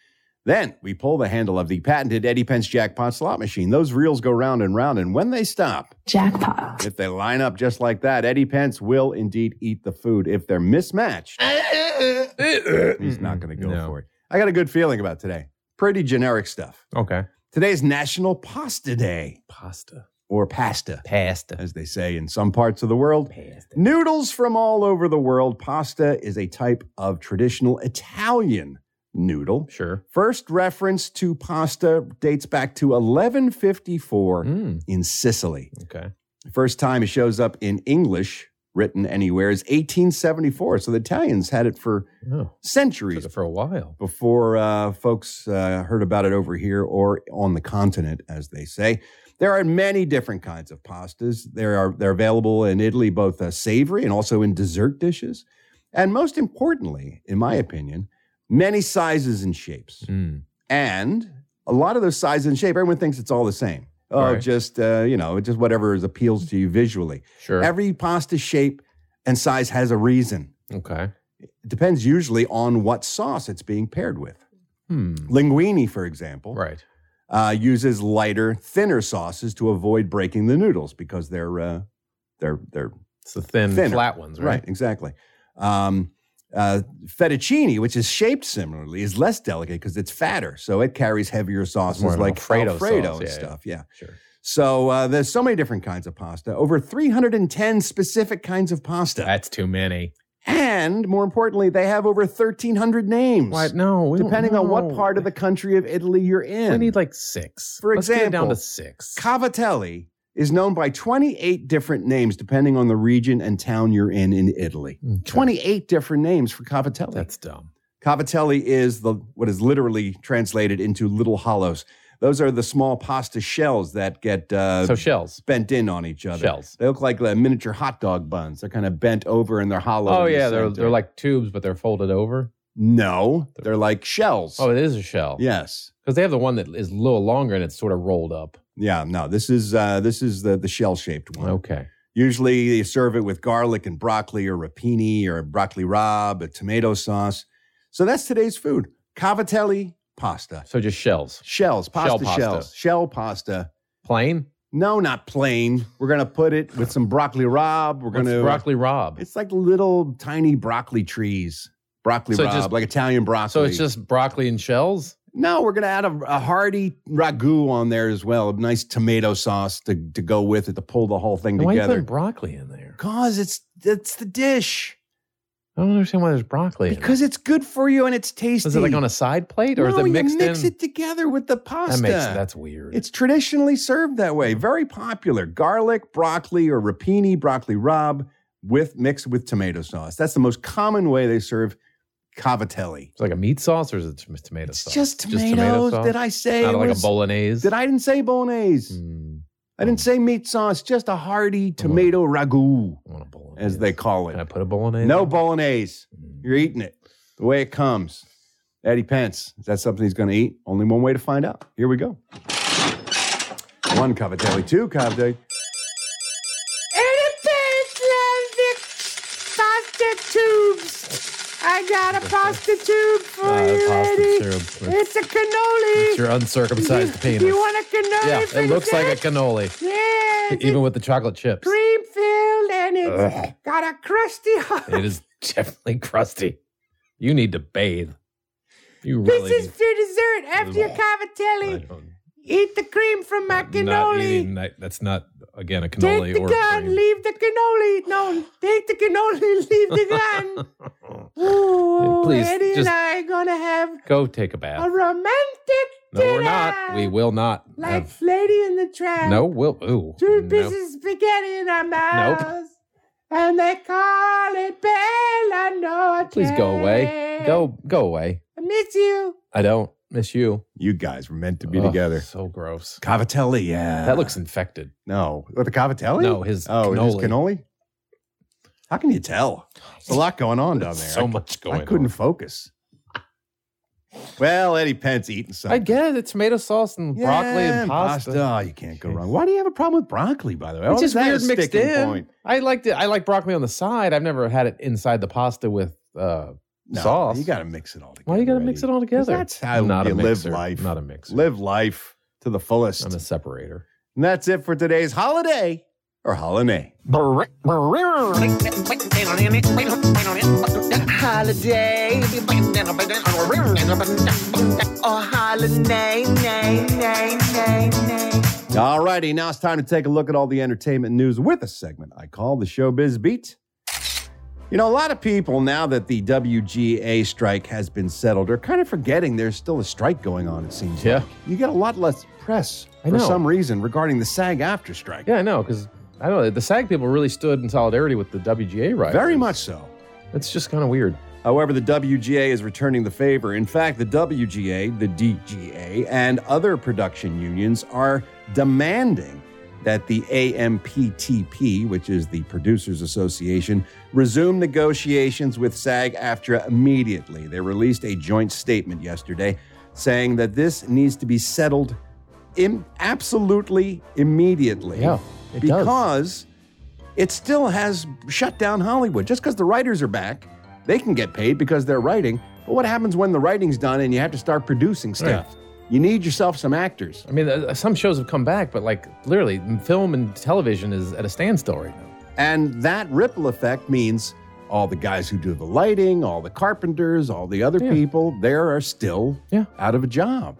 Speaker 2: Then we pull the handle of the patented Eddie Pence jackpot slot machine. Those reels go round and round, and when they stop,
Speaker 9: Jackpot.
Speaker 2: if they line up just like that, Eddie Pence will indeed eat the food. If they're mismatched, Uh,
Speaker 4: Mm.
Speaker 2: he's not going to go
Speaker 4: No.
Speaker 2: for it. I got a good feeling about today. Pretty generic stuff.
Speaker 4: Okay.
Speaker 2: Today's National Pasta Day
Speaker 4: Pasta.
Speaker 2: or pasta.
Speaker 4: Pasta.
Speaker 2: as they say in some parts of the world.
Speaker 4: Pasta.
Speaker 2: Noodles from all over the world. Pasta is a type of traditional Italian noodle.
Speaker 4: Sure.
Speaker 2: First reference to pasta dates back to 1154
Speaker 4: Mm.
Speaker 2: in Sicily.
Speaker 4: Okay.
Speaker 2: First time it shows up in English written anywhere is 1874. So the Italians had it for
Speaker 4: Oh, took
Speaker 2: centuries
Speaker 4: it for a while.
Speaker 2: before uh, folks uh, heard about it over here or on the continent, as they say. There are many different kinds of pastas. There are they're available in Italy, both uh, savory and also in dessert dishes. And most importantly, in my opinion, many sizes and shapes.
Speaker 4: Mm.
Speaker 2: And a lot of those sizes and shape, everyone thinks it's all the same. Oh,
Speaker 4: Right.
Speaker 2: just uh, you know, just whatever is appeals to you visually.
Speaker 4: Sure.
Speaker 2: Every pasta shape and size has a reason.
Speaker 4: okay.
Speaker 2: It depends usually on what sauce it's being paired with.
Speaker 4: Hmm.
Speaker 2: Linguini, for example,
Speaker 4: Right.
Speaker 2: uh, uses lighter, thinner sauces to avoid breaking the noodles because they're uh, they're they're
Speaker 4: It's the thin,
Speaker 2: Thinner.
Speaker 4: flat ones, right?
Speaker 2: exactly. Um, uh, fettuccine, which is shaped similarly, is less delicate because it's fatter, so it carries heavier sauces
Speaker 4: more of an
Speaker 2: like Alfredo,
Speaker 4: Alfredo sauce,
Speaker 2: and
Speaker 4: yeah, yeah.
Speaker 2: stuff. Yeah.
Speaker 4: Sure.
Speaker 2: So uh, there's so many different kinds of pasta. Over 310 specific kinds of pasta,
Speaker 4: That's too many.
Speaker 2: and more importantly, they have over 1,300 names.
Speaker 4: What? No. we don't
Speaker 2: Depending on what
Speaker 4: know.
Speaker 2: part of the country of Italy you're in.
Speaker 4: We need like six.
Speaker 2: For
Speaker 4: Let's get it down
Speaker 2: example,
Speaker 4: to six.
Speaker 2: Cavatelli is known by 28 different names depending on the region and town you're in in Italy.
Speaker 4: Okay.
Speaker 2: 28 different names for Cavatelli.
Speaker 4: That's dumb.
Speaker 2: Cavatelli is the what is literally translated into little hollows. Those are the small pasta shells that get uh,
Speaker 4: So shells.
Speaker 2: bent in on each other.
Speaker 4: Shells.
Speaker 2: They look like uh, miniature hot dog buns. They're kind of bent over and they're hollow. in
Speaker 4: Oh
Speaker 2: the
Speaker 4: yeah, they're
Speaker 2: center.
Speaker 4: they're like tubes, but they're folded over.
Speaker 2: no, they're like shells.
Speaker 4: Oh, it is a shell.
Speaker 2: yes,
Speaker 4: because they have the one that is a little longer and it's sort of rolled up.
Speaker 2: yeah. No, this is uh, this is the the shell shaped one.
Speaker 4: Okay.
Speaker 2: Usually they serve it with garlic and broccoli or rapini or broccoli rob, a tomato sauce. So that's today's food. Cavatelli pasta.
Speaker 4: So just shells,
Speaker 2: Shells, pasta
Speaker 4: Shell pasta.
Speaker 2: shells, shell pasta.
Speaker 4: plain.
Speaker 2: No, not plain. We're gonna put it with some broccoli rob. We're
Speaker 4: What's
Speaker 2: gonna
Speaker 4: broccoli rob.
Speaker 2: It's like little tiny broccoli trees. Broccoli
Speaker 4: So
Speaker 2: rob,
Speaker 4: just-
Speaker 2: like Italian broccoli.
Speaker 4: So it's just broccoli and shells.
Speaker 2: no. We're gonna add a, a hearty ragu on there as well. A nice tomato sauce to, to go with it to pull the whole thing
Speaker 4: Why are you
Speaker 2: together.
Speaker 4: putting broccoli in there?
Speaker 2: Cause it's it's the dish.
Speaker 4: I don't understand why there's broccoli. in
Speaker 2: Because it's good for you and it's tasty.
Speaker 4: there. is it like on a side plate or
Speaker 2: no,
Speaker 4: is it mixed
Speaker 2: you mix
Speaker 4: in?
Speaker 2: it together with the pasta.
Speaker 4: that makes that's weird.
Speaker 2: It's traditionally served that way. Very popular. Garlic, broccoli, or rapini, broccoli rob, with mixed with tomato sauce. That's the most common way they serve cavatelli.
Speaker 4: It's like a meat sauce or is it tom- tomato
Speaker 2: It's
Speaker 4: sauce?
Speaker 2: just tomatoes. Did I say
Speaker 4: Not
Speaker 2: it
Speaker 4: like a
Speaker 2: was-
Speaker 4: bolognese.
Speaker 2: Did I didn't say bolognese?
Speaker 4: Mm,
Speaker 2: I didn't say meat sauce. Just a hearty tomato ragu,
Speaker 4: I want a bolognese.
Speaker 2: as they call
Speaker 4: Can I
Speaker 2: it.
Speaker 4: put a bolognese?
Speaker 2: No
Speaker 4: in? Hmm.
Speaker 2: bolognese. You're eating it the way it comes. Eddie Pence, is that something he's going to eat? Only one way to find out. Here we go. One cavatelli, two cavatelli.
Speaker 11: Any pants love the pasta tubes. I got a pasta tube for
Speaker 4: Ah,
Speaker 11: you,
Speaker 4: pasta
Speaker 11: Eddie.
Speaker 4: syrup.
Speaker 11: It's a cannoli.
Speaker 4: It's your uncircumcised penis.
Speaker 11: You want a cannoli
Speaker 4: yeah,
Speaker 11: for
Speaker 4: it looks like a
Speaker 11: dessert?
Speaker 4: cannoli,
Speaker 11: Yeah, it's
Speaker 4: even with the chocolate chips.
Speaker 11: cream filled and it's
Speaker 4: Ugh.
Speaker 11: got a crusty heart.
Speaker 4: It is (laughs) definitely crusty. You need to bathe. You really.
Speaker 11: This is for dessert after your
Speaker 4: I
Speaker 11: cavatelli.
Speaker 4: don't-
Speaker 11: Eat the cream from my
Speaker 4: Not
Speaker 11: cannoli.
Speaker 4: eating that. That's not again a
Speaker 11: Take
Speaker 4: cannoli
Speaker 11: the
Speaker 4: or.
Speaker 11: gun,
Speaker 4: cream.
Speaker 11: leave the cannoli. No, take the cannoli, (laughs) leave the gun.
Speaker 4: (laughs)
Speaker 11: Ooh,
Speaker 4: Please,
Speaker 11: Eddie and
Speaker 4: just-
Speaker 11: I are gonna have
Speaker 4: Go take a bath.
Speaker 11: a romantic
Speaker 4: No,
Speaker 11: dinner.
Speaker 4: we're not. We will not.
Speaker 11: Like
Speaker 4: have-
Speaker 11: Lady in the Tramp.
Speaker 4: no, we'll. Ooh.
Speaker 11: Two
Speaker 4: no.
Speaker 11: pieces of spaghetti in our mouths. And they call it Bella Noche.
Speaker 4: Please go away. Go, go away.
Speaker 11: I miss you.
Speaker 4: I don't miss you.
Speaker 2: You guys were meant to be
Speaker 4: Ugh,
Speaker 2: together.
Speaker 4: So gross.
Speaker 2: Cavatelli, yeah.
Speaker 4: That looks infected.
Speaker 2: no. What the cavatelli?
Speaker 4: No, his
Speaker 2: oh, it is
Speaker 4: cannoli.
Speaker 2: cannoli. How can you tell? There's a lot going on down there.
Speaker 4: (laughs) So
Speaker 2: I,
Speaker 4: much
Speaker 2: I
Speaker 4: going.
Speaker 2: couldn't
Speaker 4: on.
Speaker 2: focus. Well, Eddie Pence eating something.
Speaker 4: I get it. It's tomato sauce and broccoli
Speaker 2: Yeah,
Speaker 4: and pasta.
Speaker 2: Oh, you can't go wrong. Why do you have a problem with broccoli, by the way?
Speaker 4: It's
Speaker 2: What
Speaker 4: just
Speaker 2: is that
Speaker 4: weird
Speaker 2: a
Speaker 4: mixed
Speaker 2: sticking
Speaker 4: in.
Speaker 2: point?
Speaker 4: I liked it. I like broccoli on the side. I've never had it inside the pasta with uh,
Speaker 2: No,
Speaker 4: sauce.
Speaker 2: You got to mix it all together.
Speaker 4: Why you got to mix it
Speaker 2: Eddie.
Speaker 4: all
Speaker 2: 'Cause
Speaker 4: together?
Speaker 2: That's how
Speaker 4: I'm not
Speaker 2: you
Speaker 4: a
Speaker 2: live
Speaker 4: mixer.
Speaker 2: life.
Speaker 4: Not a mixer.
Speaker 2: Live life to the fullest.
Speaker 4: I'm a separator.
Speaker 2: and that's it for today's holiday or holiday.
Speaker 11: Holiday. Oh, holiday, nay, nay, nay, nay.
Speaker 2: All righty, now it's time to take a look at all the entertainment news with a segment I call the Showbiz Beat. You know, a lot of people now that the WGA strike has been settled are kind of forgetting there's still a strike going on, it seems.
Speaker 4: Yeah.
Speaker 2: Like. You get a lot less press
Speaker 4: I
Speaker 2: for
Speaker 4: know.
Speaker 2: some reason regarding the SAG after strike.
Speaker 4: Yeah, I know because I know the SAG people really stood in solidarity with the WGA right.
Speaker 2: Very much so.
Speaker 4: It's just kind of weird.
Speaker 2: However, the WGA is returning the favor. In fact, the WGA, the DGA, and other production unions are demanding that the AMPTP, which is the Producers Association, resume negotiations with SAG AFTRA immediately. They released a joint statement yesterday saying that this needs to be settled Im- absolutely immediately.
Speaker 4: Yeah, it does.
Speaker 2: because it still has shut down Hollywood. Just because the writers are back, they can get paid because they're writing. But what happens when the writing's done and you have to start producing stuff? You need yourself some actors.
Speaker 4: I mean, uh, some shows have come back, but like literally, film and television is at a standstill right now.
Speaker 2: And that ripple effect means all the guys who do the lighting, all the carpenters, all the other
Speaker 4: Yeah.
Speaker 2: people there are still
Speaker 4: Yeah.
Speaker 2: out of a job.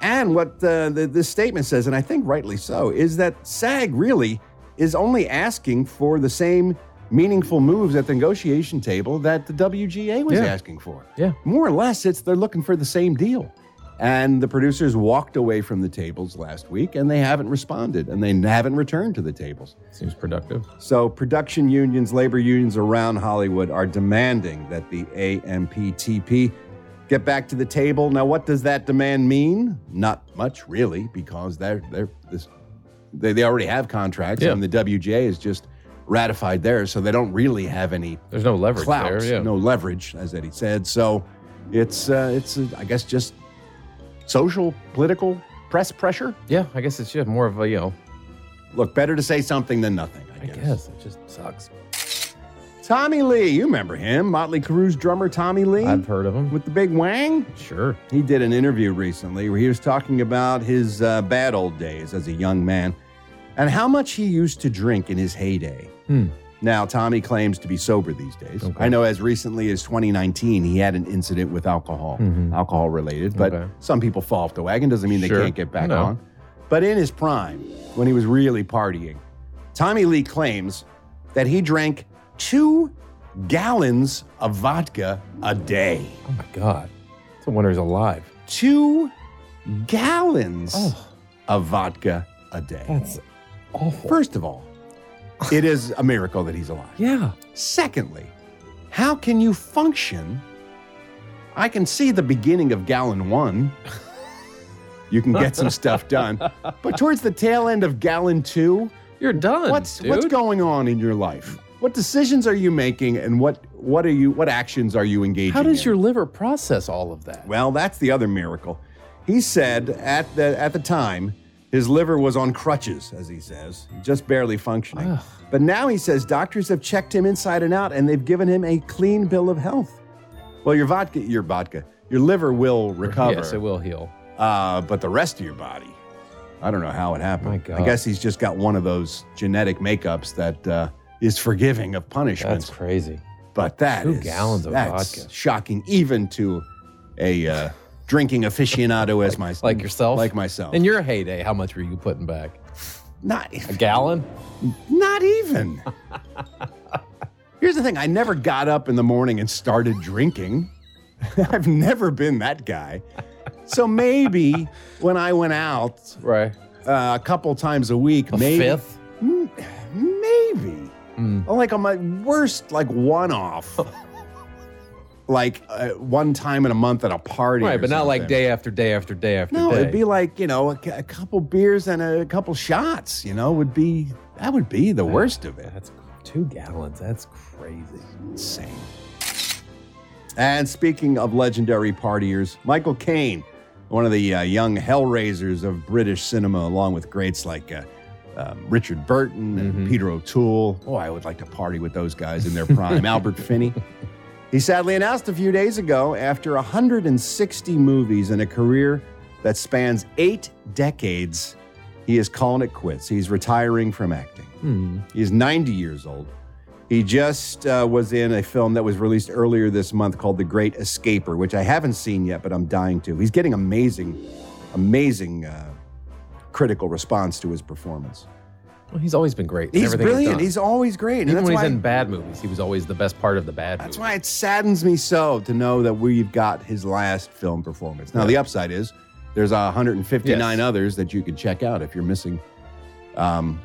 Speaker 2: And what uh, the, this statement says, and I think rightly so, is that SAG really is only asking for the same meaningful moves at the negotiation table that the WGA was
Speaker 4: Yeah.
Speaker 2: asking for.
Speaker 4: Yeah.
Speaker 2: More or less, it's they're looking for the same deal. And the producers walked away from the tables last week and they haven't responded and they haven't returned to the tables.
Speaker 4: Seems productive.
Speaker 2: So, production unions, labor unions around Hollywood are demanding that the AMPTP get back to the table. Now, what does that demand mean? Not much, really, because they're, they're, this, they, they already have contracts
Speaker 4: Yeah.
Speaker 2: and the WJ has just ratified theirs, so they don't really have any
Speaker 4: There's no leverage
Speaker 2: clout,
Speaker 4: there. Yeah.
Speaker 2: no leverage, as Eddie said. So it's uh, it's uh, I guess just social, political press pressure.
Speaker 4: Yeah, I guess it's just more of a you know.
Speaker 2: Look, better to say something than nothing. I guess.
Speaker 4: it just sucks.
Speaker 2: Tommy Lee, you remember him, Motley Crue's drummer Tommy Lee.
Speaker 4: I've heard of him.
Speaker 2: with the big wang.
Speaker 4: Sure.
Speaker 2: He did an interview recently where he was talking about his uh, bad old days as a young man and how much he used to drink in his heyday.
Speaker 4: Hmm.
Speaker 2: Now, Tommy claims to be sober these days. I know as recently as 2019, he had an incident with alcohol,
Speaker 4: Mhm.
Speaker 2: alcohol related, but
Speaker 4: Okay.
Speaker 2: some people fall off the wagon. Doesn't mean they
Speaker 4: Sure.
Speaker 2: can't get back
Speaker 4: No.
Speaker 2: on. But in his prime, when he was really partying, Tommy Lee claims that he drank two gallons of vodka a day.
Speaker 4: Oh my god. It's a wonder he's alive.
Speaker 2: Two gallons
Speaker 4: Oh.
Speaker 2: of vodka a day.
Speaker 4: That's awful.
Speaker 2: First of all, it is a miracle that he's alive.
Speaker 4: (laughs) Yeah.
Speaker 2: Secondly, how can you function? I can see the beginning of gallon one. You can get
Speaker 4: (laughs)
Speaker 2: some
Speaker 17: (laughs)
Speaker 2: stuff done. But towards the tail end of gallon two,
Speaker 4: You're done.
Speaker 2: what's what's
Speaker 4: dude.
Speaker 2: going on in your life? What decisions are you making and what what are you what actions are you engaging
Speaker 4: How does
Speaker 2: in?
Speaker 4: your liver process all of that?
Speaker 2: Well, that's the other miracle. He said at the at the time his liver was on crutches, as he says, just barely functioning. But now he says doctors have checked him inside and out, and they've given him a clean bill of health. Well, your vodka, your vodka, your liver will recover.
Speaker 4: Yes, it will heal.
Speaker 2: Uh, but the rest of your body, I don't know how it happened.
Speaker 4: My
Speaker 2: I
Speaker 4: God.
Speaker 2: guess he's just got one of those genetic makeups that uh, is forgiving of punishments.
Speaker 4: That's crazy.
Speaker 2: But that
Speaker 4: Two
Speaker 2: is-
Speaker 4: gallons of
Speaker 2: that's
Speaker 4: vodka.
Speaker 2: shocking, even to a uh, drinking aficionado as myself,
Speaker 4: Like yourself?
Speaker 2: like myself.
Speaker 4: In your heyday, how much were you putting back?
Speaker 2: not,
Speaker 4: A gallon?
Speaker 2: not
Speaker 4: (laughs)
Speaker 2: even. Here's the thing: I never got up in the morning and started drinking. (laughs) I've never been that guy. So maybe when I went out
Speaker 4: Right.
Speaker 2: uh, a couple times a week,
Speaker 4: A
Speaker 2: maybe
Speaker 4: fifth? Hmm.
Speaker 2: M- maybe Or like on my worst like one
Speaker 4: (laughs)
Speaker 2: off like uh, one time in a month at a party
Speaker 4: Right,
Speaker 2: or
Speaker 4: but not like
Speaker 2: something.
Speaker 4: day after day after day after
Speaker 2: no
Speaker 4: day.
Speaker 2: it'd be like you know a, c- a couple beers and a couple shots you know would be that would be the worst of it
Speaker 4: That's two gallons. That's crazy.
Speaker 2: insane and speaking of legendary partiers michael caine one of the uh, young hellraisers of british cinema along with greats like uh, um, Richard Burton and Peter O'Toole. Oh, I would like to party with those guys in their prime. Albert Finney. He sadly announced a few days ago, after 160 movies and a career that spans eight decades, he is calling it quits. He's retiring from acting. He's 90 years old. He just uh, was in a film that was released earlier this month called The Great Escaper, which I haven't seen yet, but I'm dying to. He's getting amazing, amazing uh, critical response to his performance.
Speaker 4: Well, he's always been great. in
Speaker 2: He's
Speaker 4: everything
Speaker 2: brilliant.
Speaker 4: He's,
Speaker 2: He's always great. And
Speaker 4: Even
Speaker 2: that's
Speaker 4: when
Speaker 2: why,
Speaker 4: he's in bad movies, he was always the best part of the bad
Speaker 2: that's
Speaker 4: movies.
Speaker 2: why it saddens me so to know that we've got his last film performance. Now, the upside is there's 159
Speaker 4: Yes.
Speaker 2: others that you can check out if you're missing um,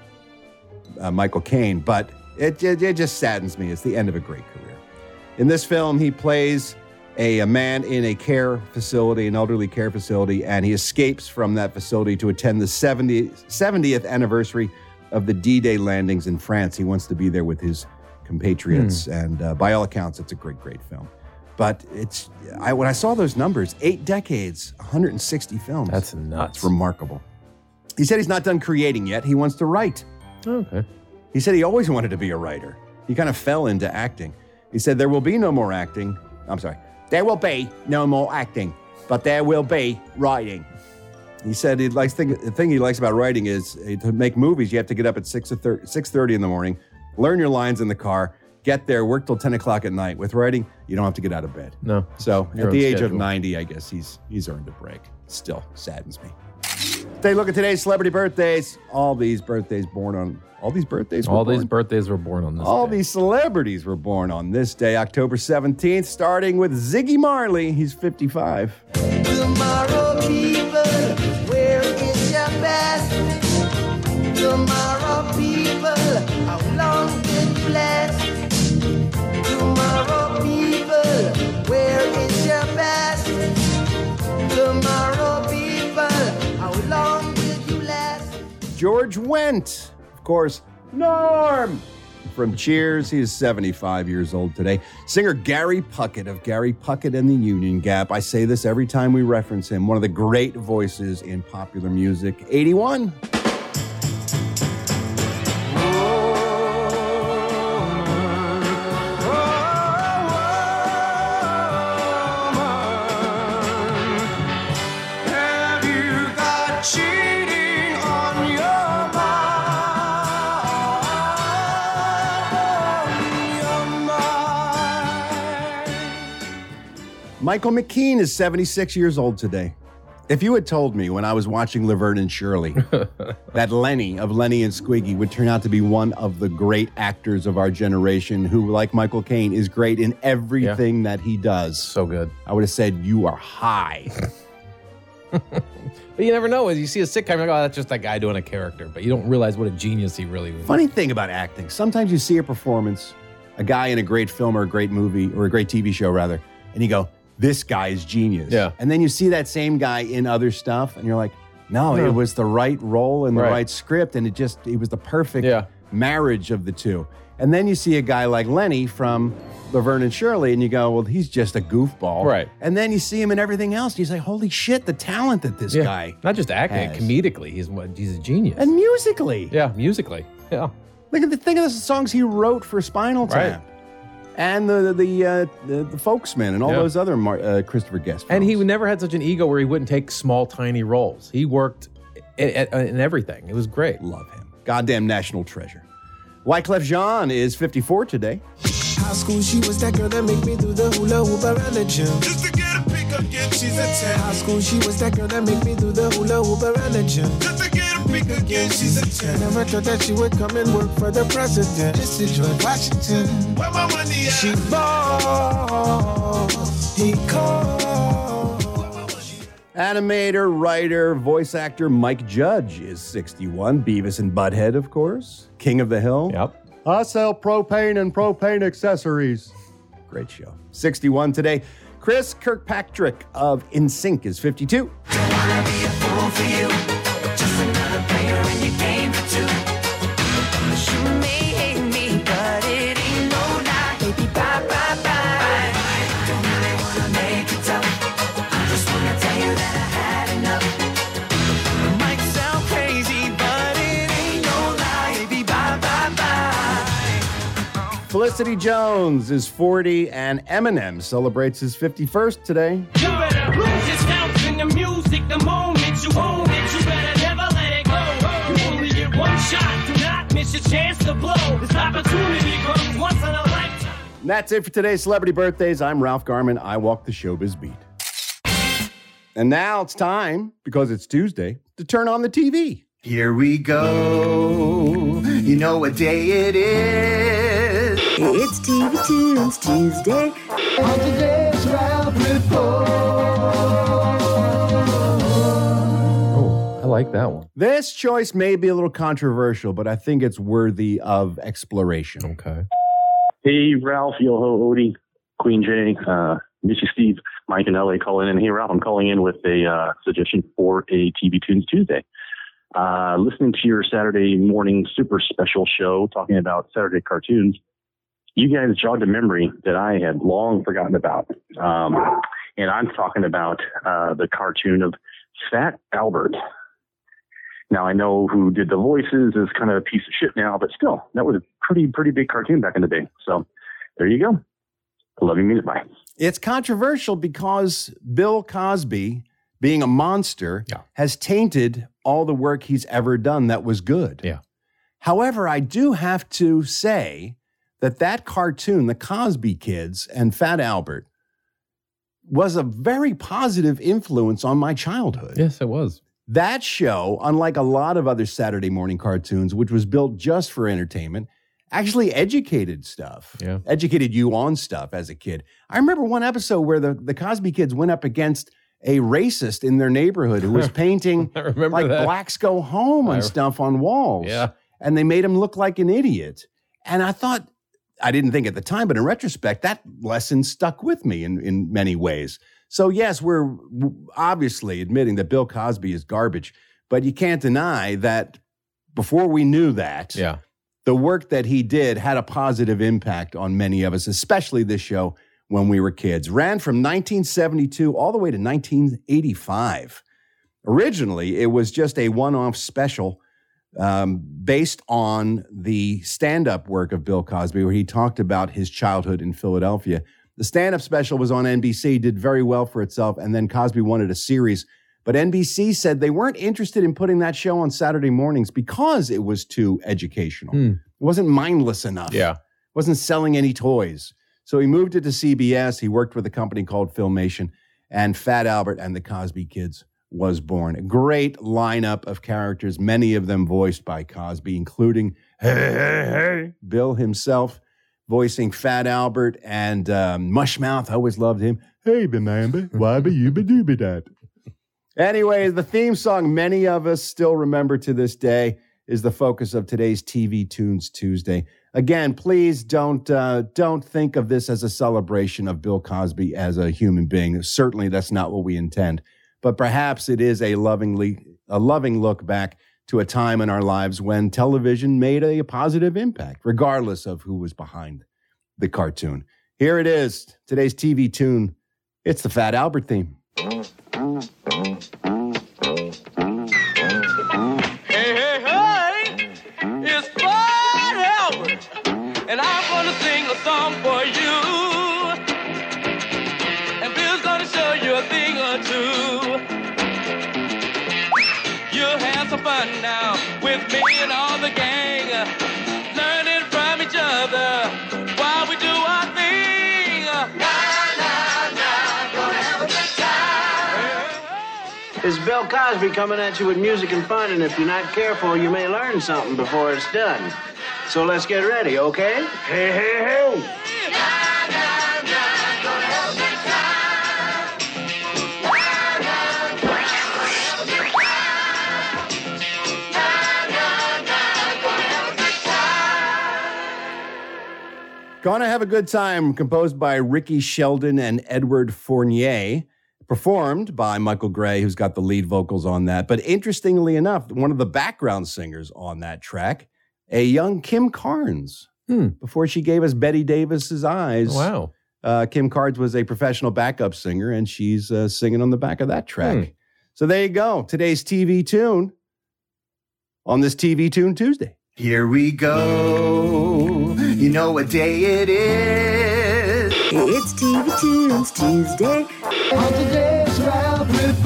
Speaker 2: uh, Michael Caine, but it, it, it just saddens me. It's the end of a great career. In this film, he plays a, a man in a care facility, an elderly care facility, and he escapes from that facility to attend the 70, 70th anniversary of the D Day landings in France. He wants to be there with his
Speaker 4: Hmm.
Speaker 2: compatriots, and uh, by all accounts, it's a great, great film. But it's I, when I saw those numbers, eight decades, 160 films.
Speaker 4: That's nuts.
Speaker 2: It's remarkable. He said he's not done creating yet. He wants to write.
Speaker 4: okay.
Speaker 2: He said he always wanted to be a writer. He kind of fell into acting. He said there will be no more acting. I'm sorry. There will be no more acting, but there will be writing. He said he likes thing, the thing he likes about writing is eh, to make movies. You have to get up at six six thirty in the morning, learn your lines in the car, get there, work till ten o'clock at night. With writing, you don't have to get out of bed.
Speaker 4: No.
Speaker 2: So
Speaker 4: Your
Speaker 2: at
Speaker 4: own
Speaker 2: the age of
Speaker 4: schedule.
Speaker 2: ninety, I guess he's he's earned a break. Still saddens me. Take a look at today's celebrity birthdays. All these birthdays born on all these birthdays.
Speaker 4: All
Speaker 2: were
Speaker 4: these
Speaker 2: born-
Speaker 4: birthdays were born on this.
Speaker 2: all these celebrities were born on this day, October 17th, starting with Ziggy Marley. He's 55.
Speaker 11: Tomorrow, people, where is your best? Tomorrow, people, how long been blessed? Tomorrow, people, where is your best? Tomorrow, people, how long will you last?
Speaker 2: George Wendt, of course, Norm from Cheers. He is 75 years old today. Singer Gary Puckett of Gary Puckett and the Union Gap. I say this every time we reference him, one of the great voices in popular music. 81.
Speaker 11: Have you got cheating on your
Speaker 2: Michael McKean is 76 years old today. If you had told me when I was watching Laverne and Shirley that Lenny of Lenny and Squiggy would turn out to be one of the great actors of our generation who, like Michael Caine, is great in everything that he does. So
Speaker 4: good.
Speaker 2: I would have said, You are high.
Speaker 4: (laughs) But you never know. As you see a sitcom, you're like, oh, that's just that guy doing a character. But you don't realize what a genius he really was.
Speaker 2: Funny thing about acting, sometimes you see a performance, a guy in a great film or a great movie or a great TV show, rather, and you go, This guy is genius.
Speaker 4: Yeah.
Speaker 2: And then you see that same guy in other stuff, and you're like, No,
Speaker 4: No.
Speaker 2: it was the right role and the
Speaker 4: Right.
Speaker 2: right script, and it just, it was the perfect marriage of the two. And then you see a guy like Lenny from Laverne and Shirley, and you go, Well, he's just a goofball.
Speaker 4: Right.
Speaker 2: And then you see him in everything else, and you say, Holy shit, the talent that this guy.
Speaker 4: Not just acting,
Speaker 2: has.
Speaker 4: comedically. He's, what- he's a genius.
Speaker 2: And musically.
Speaker 4: yeah, musically. Yeah.
Speaker 2: Look at the think of the songs he wrote for Spinal
Speaker 4: Right.
Speaker 2: Tap, and the the uh, the, the Folksmen, and all
Speaker 4: Yeah.
Speaker 2: those other Mar- uh, Christopher Guest.
Speaker 4: And he never had such an ego where he wouldn't take small, tiny roles. He worked in, in everything. It was great.
Speaker 2: Love him. Goddamn national treasure. Wyclef Jean is 54 today.
Speaker 11: High school, she was that girl that made me do the hula hoop around the gym. Just to get a pick up, yeah, she's a 10. High school, she was that girl that made me do the hula hoop around the gym. Just to get a pick up, yeah, she's a 10. Never thought that she would come and work for the president. Just to George Washington. Where my money at? She balls, he calls.
Speaker 2: Animator, writer, voice actor Mike Judge is 61. Beavis and Butthead, of course. King of the Hill. Yep. I sell propane and propane accessories. Great show. 61 today. Chris Kirkpatrick of InSync is 52. Felicity Jones is 40, and Eminem celebrates his 51st today.
Speaker 11: You better lose this fountain of music the moment you own it. You better never let it go. You only get one shot. Do not miss your chance to blow. This opportunity comes once in a lifetime.
Speaker 2: And that's it for today's celebrity birthdays. I'm Ralph Garman. I walk the showbiz beat. And now it's time, because it's Tuesday, to turn on the TV.
Speaker 20: Here we go. You know what day it is. It's TV Tunes Tuesday.
Speaker 11: On today's Ralph
Speaker 4: I like that one.
Speaker 2: This choice may be a little controversial, but I think it's worthy of exploration.
Speaker 4: Okay.
Speaker 21: Hey, Ralph, yo ho, Odie, Queen J, uh, Missy Steve, Mike in LA calling in. Hey, Ralph, I'm calling in with a uh, suggestion for a TV Tunes Tuesday. Uh, listening to your Saturday morning super special show talking about Saturday cartoons, you guys jogged a memory that I had long forgotten about. Um, and I'm talking about uh, the cartoon of Fat Albert. Now I know who did the voices is kind of a piece of shit now, but still, that was a pretty pretty big cartoon back in the day. So there you go. I love you, mean it. Bye.
Speaker 2: It's controversial because Bill Cosby, being a monster, has tainted all the work he's ever done that was good.
Speaker 4: Yeah.
Speaker 2: However, I do have to say that that cartoon, The Cosby Kids and Fat Albert, was a very positive influence on my childhood.
Speaker 4: Yes, it was.
Speaker 2: That show, unlike a lot of other Saturday morning cartoons, which was built just for entertainment, actually educated stuff.
Speaker 4: Yeah.
Speaker 2: Educated you on stuff as a kid. I remember one episode where the, the Cosby kids went up against a racist in their neighborhood who
Speaker 4: (laughs)
Speaker 2: was painting like
Speaker 4: that.
Speaker 2: blacks go home and stuff on walls.
Speaker 4: Yeah.
Speaker 2: And they made him look like an idiot. And I thought I didn't think at the time, but in retrospect, that lesson stuck with me in, in many ways. So, yes, we're w- obviously admitting that Bill Cosby is garbage, but you can't deny that before we knew that,
Speaker 4: yeah.
Speaker 2: the work that he did had a positive impact on many of us, especially this show when we were kids. Ran from 1972 all the way to 1985. Originally, it was just a one off special um, based on the stand up work of Bill Cosby, where he talked about his childhood in Philadelphia. The stand up special was on NBC, did very well for itself, and then Cosby wanted a series. But NBC said they weren't interested in putting that show on Saturday mornings because it was too educational.
Speaker 4: Hmm.
Speaker 2: It wasn't mindless enough.
Speaker 4: Yeah.
Speaker 2: Wasn't selling any toys. So he moved it to CBS. He worked with a company called Filmation, and Fat Albert and the Cosby Kids was born. A great lineup of characters, many of them voiced by Cosby, including hey, hey, hey, Bill himself voicing Fat Albert and um, Mushmouth. I always loved him. Hey, remember, why be you be doobie that? Anyway, the theme song many of us still remember to this day is the focus of today's TV Tunes Tuesday. Again, please don't uh, don't think of this as a celebration of Bill Cosby as a human being. Certainly, that's not what we intend. But perhaps it is a lovingly a loving look back to a time in our lives when television made a positive impact, regardless of who was behind the cartoon. Here it is, today's TV tune. It's the Fat Albert theme.
Speaker 13: Hey, hey, hey, it's Fat Albert, and I'm gonna sing a song for you. And Bill's gonna show you a thing or two. You'll have some fun now with me and all the gang, learning from each other while we do our thing. Nah, nah, nah, gonna have a good time.
Speaker 1: It's Bill Cosby coming at you with music and fun, and if you're not careful, you may learn something before it's done. So let's get ready, okay? Hey, hey, hey!
Speaker 2: Gonna Have a Good Time, composed by Ricky Sheldon and Edward Fournier, performed by Michael Gray, who's got the lead vocals on that. But interestingly enough, one of the background singers on that track, a young Kim Carnes, before she gave us Betty Davis's eyes.
Speaker 4: Wow.
Speaker 2: Uh, Kim Carnes was a professional backup singer, and she's uh, singing on the back of that track. So there you go. Today's TV tune on this TV Tune Tuesday.
Speaker 20: Here we go. You know what day it is. It's TV Tunes Tuesday. On today's Ralph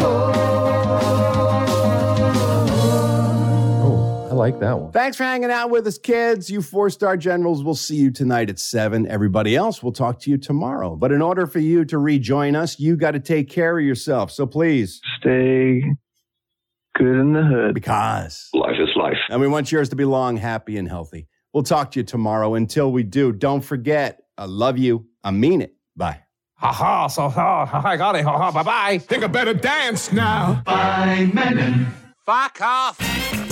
Speaker 4: I like that one.
Speaker 2: Thanks for hanging out with us, kids. You four star generals, we'll see you tonight at 7. Everybody else, we'll talk to you tomorrow. But in order for you to rejoin us, you got to take care of yourself. So please
Speaker 1: stay good in the hood.
Speaker 2: Because
Speaker 6: life is life.
Speaker 2: And we want yours to be long, happy, and healthy. We'll talk to you tomorrow. Until we do, don't forget, I love you. I mean it. Bye.
Speaker 17: Ha ha, so ha, ha, I got it, ha ha, bye bye. Think I better dance now. Bye, Menon. Fuck off.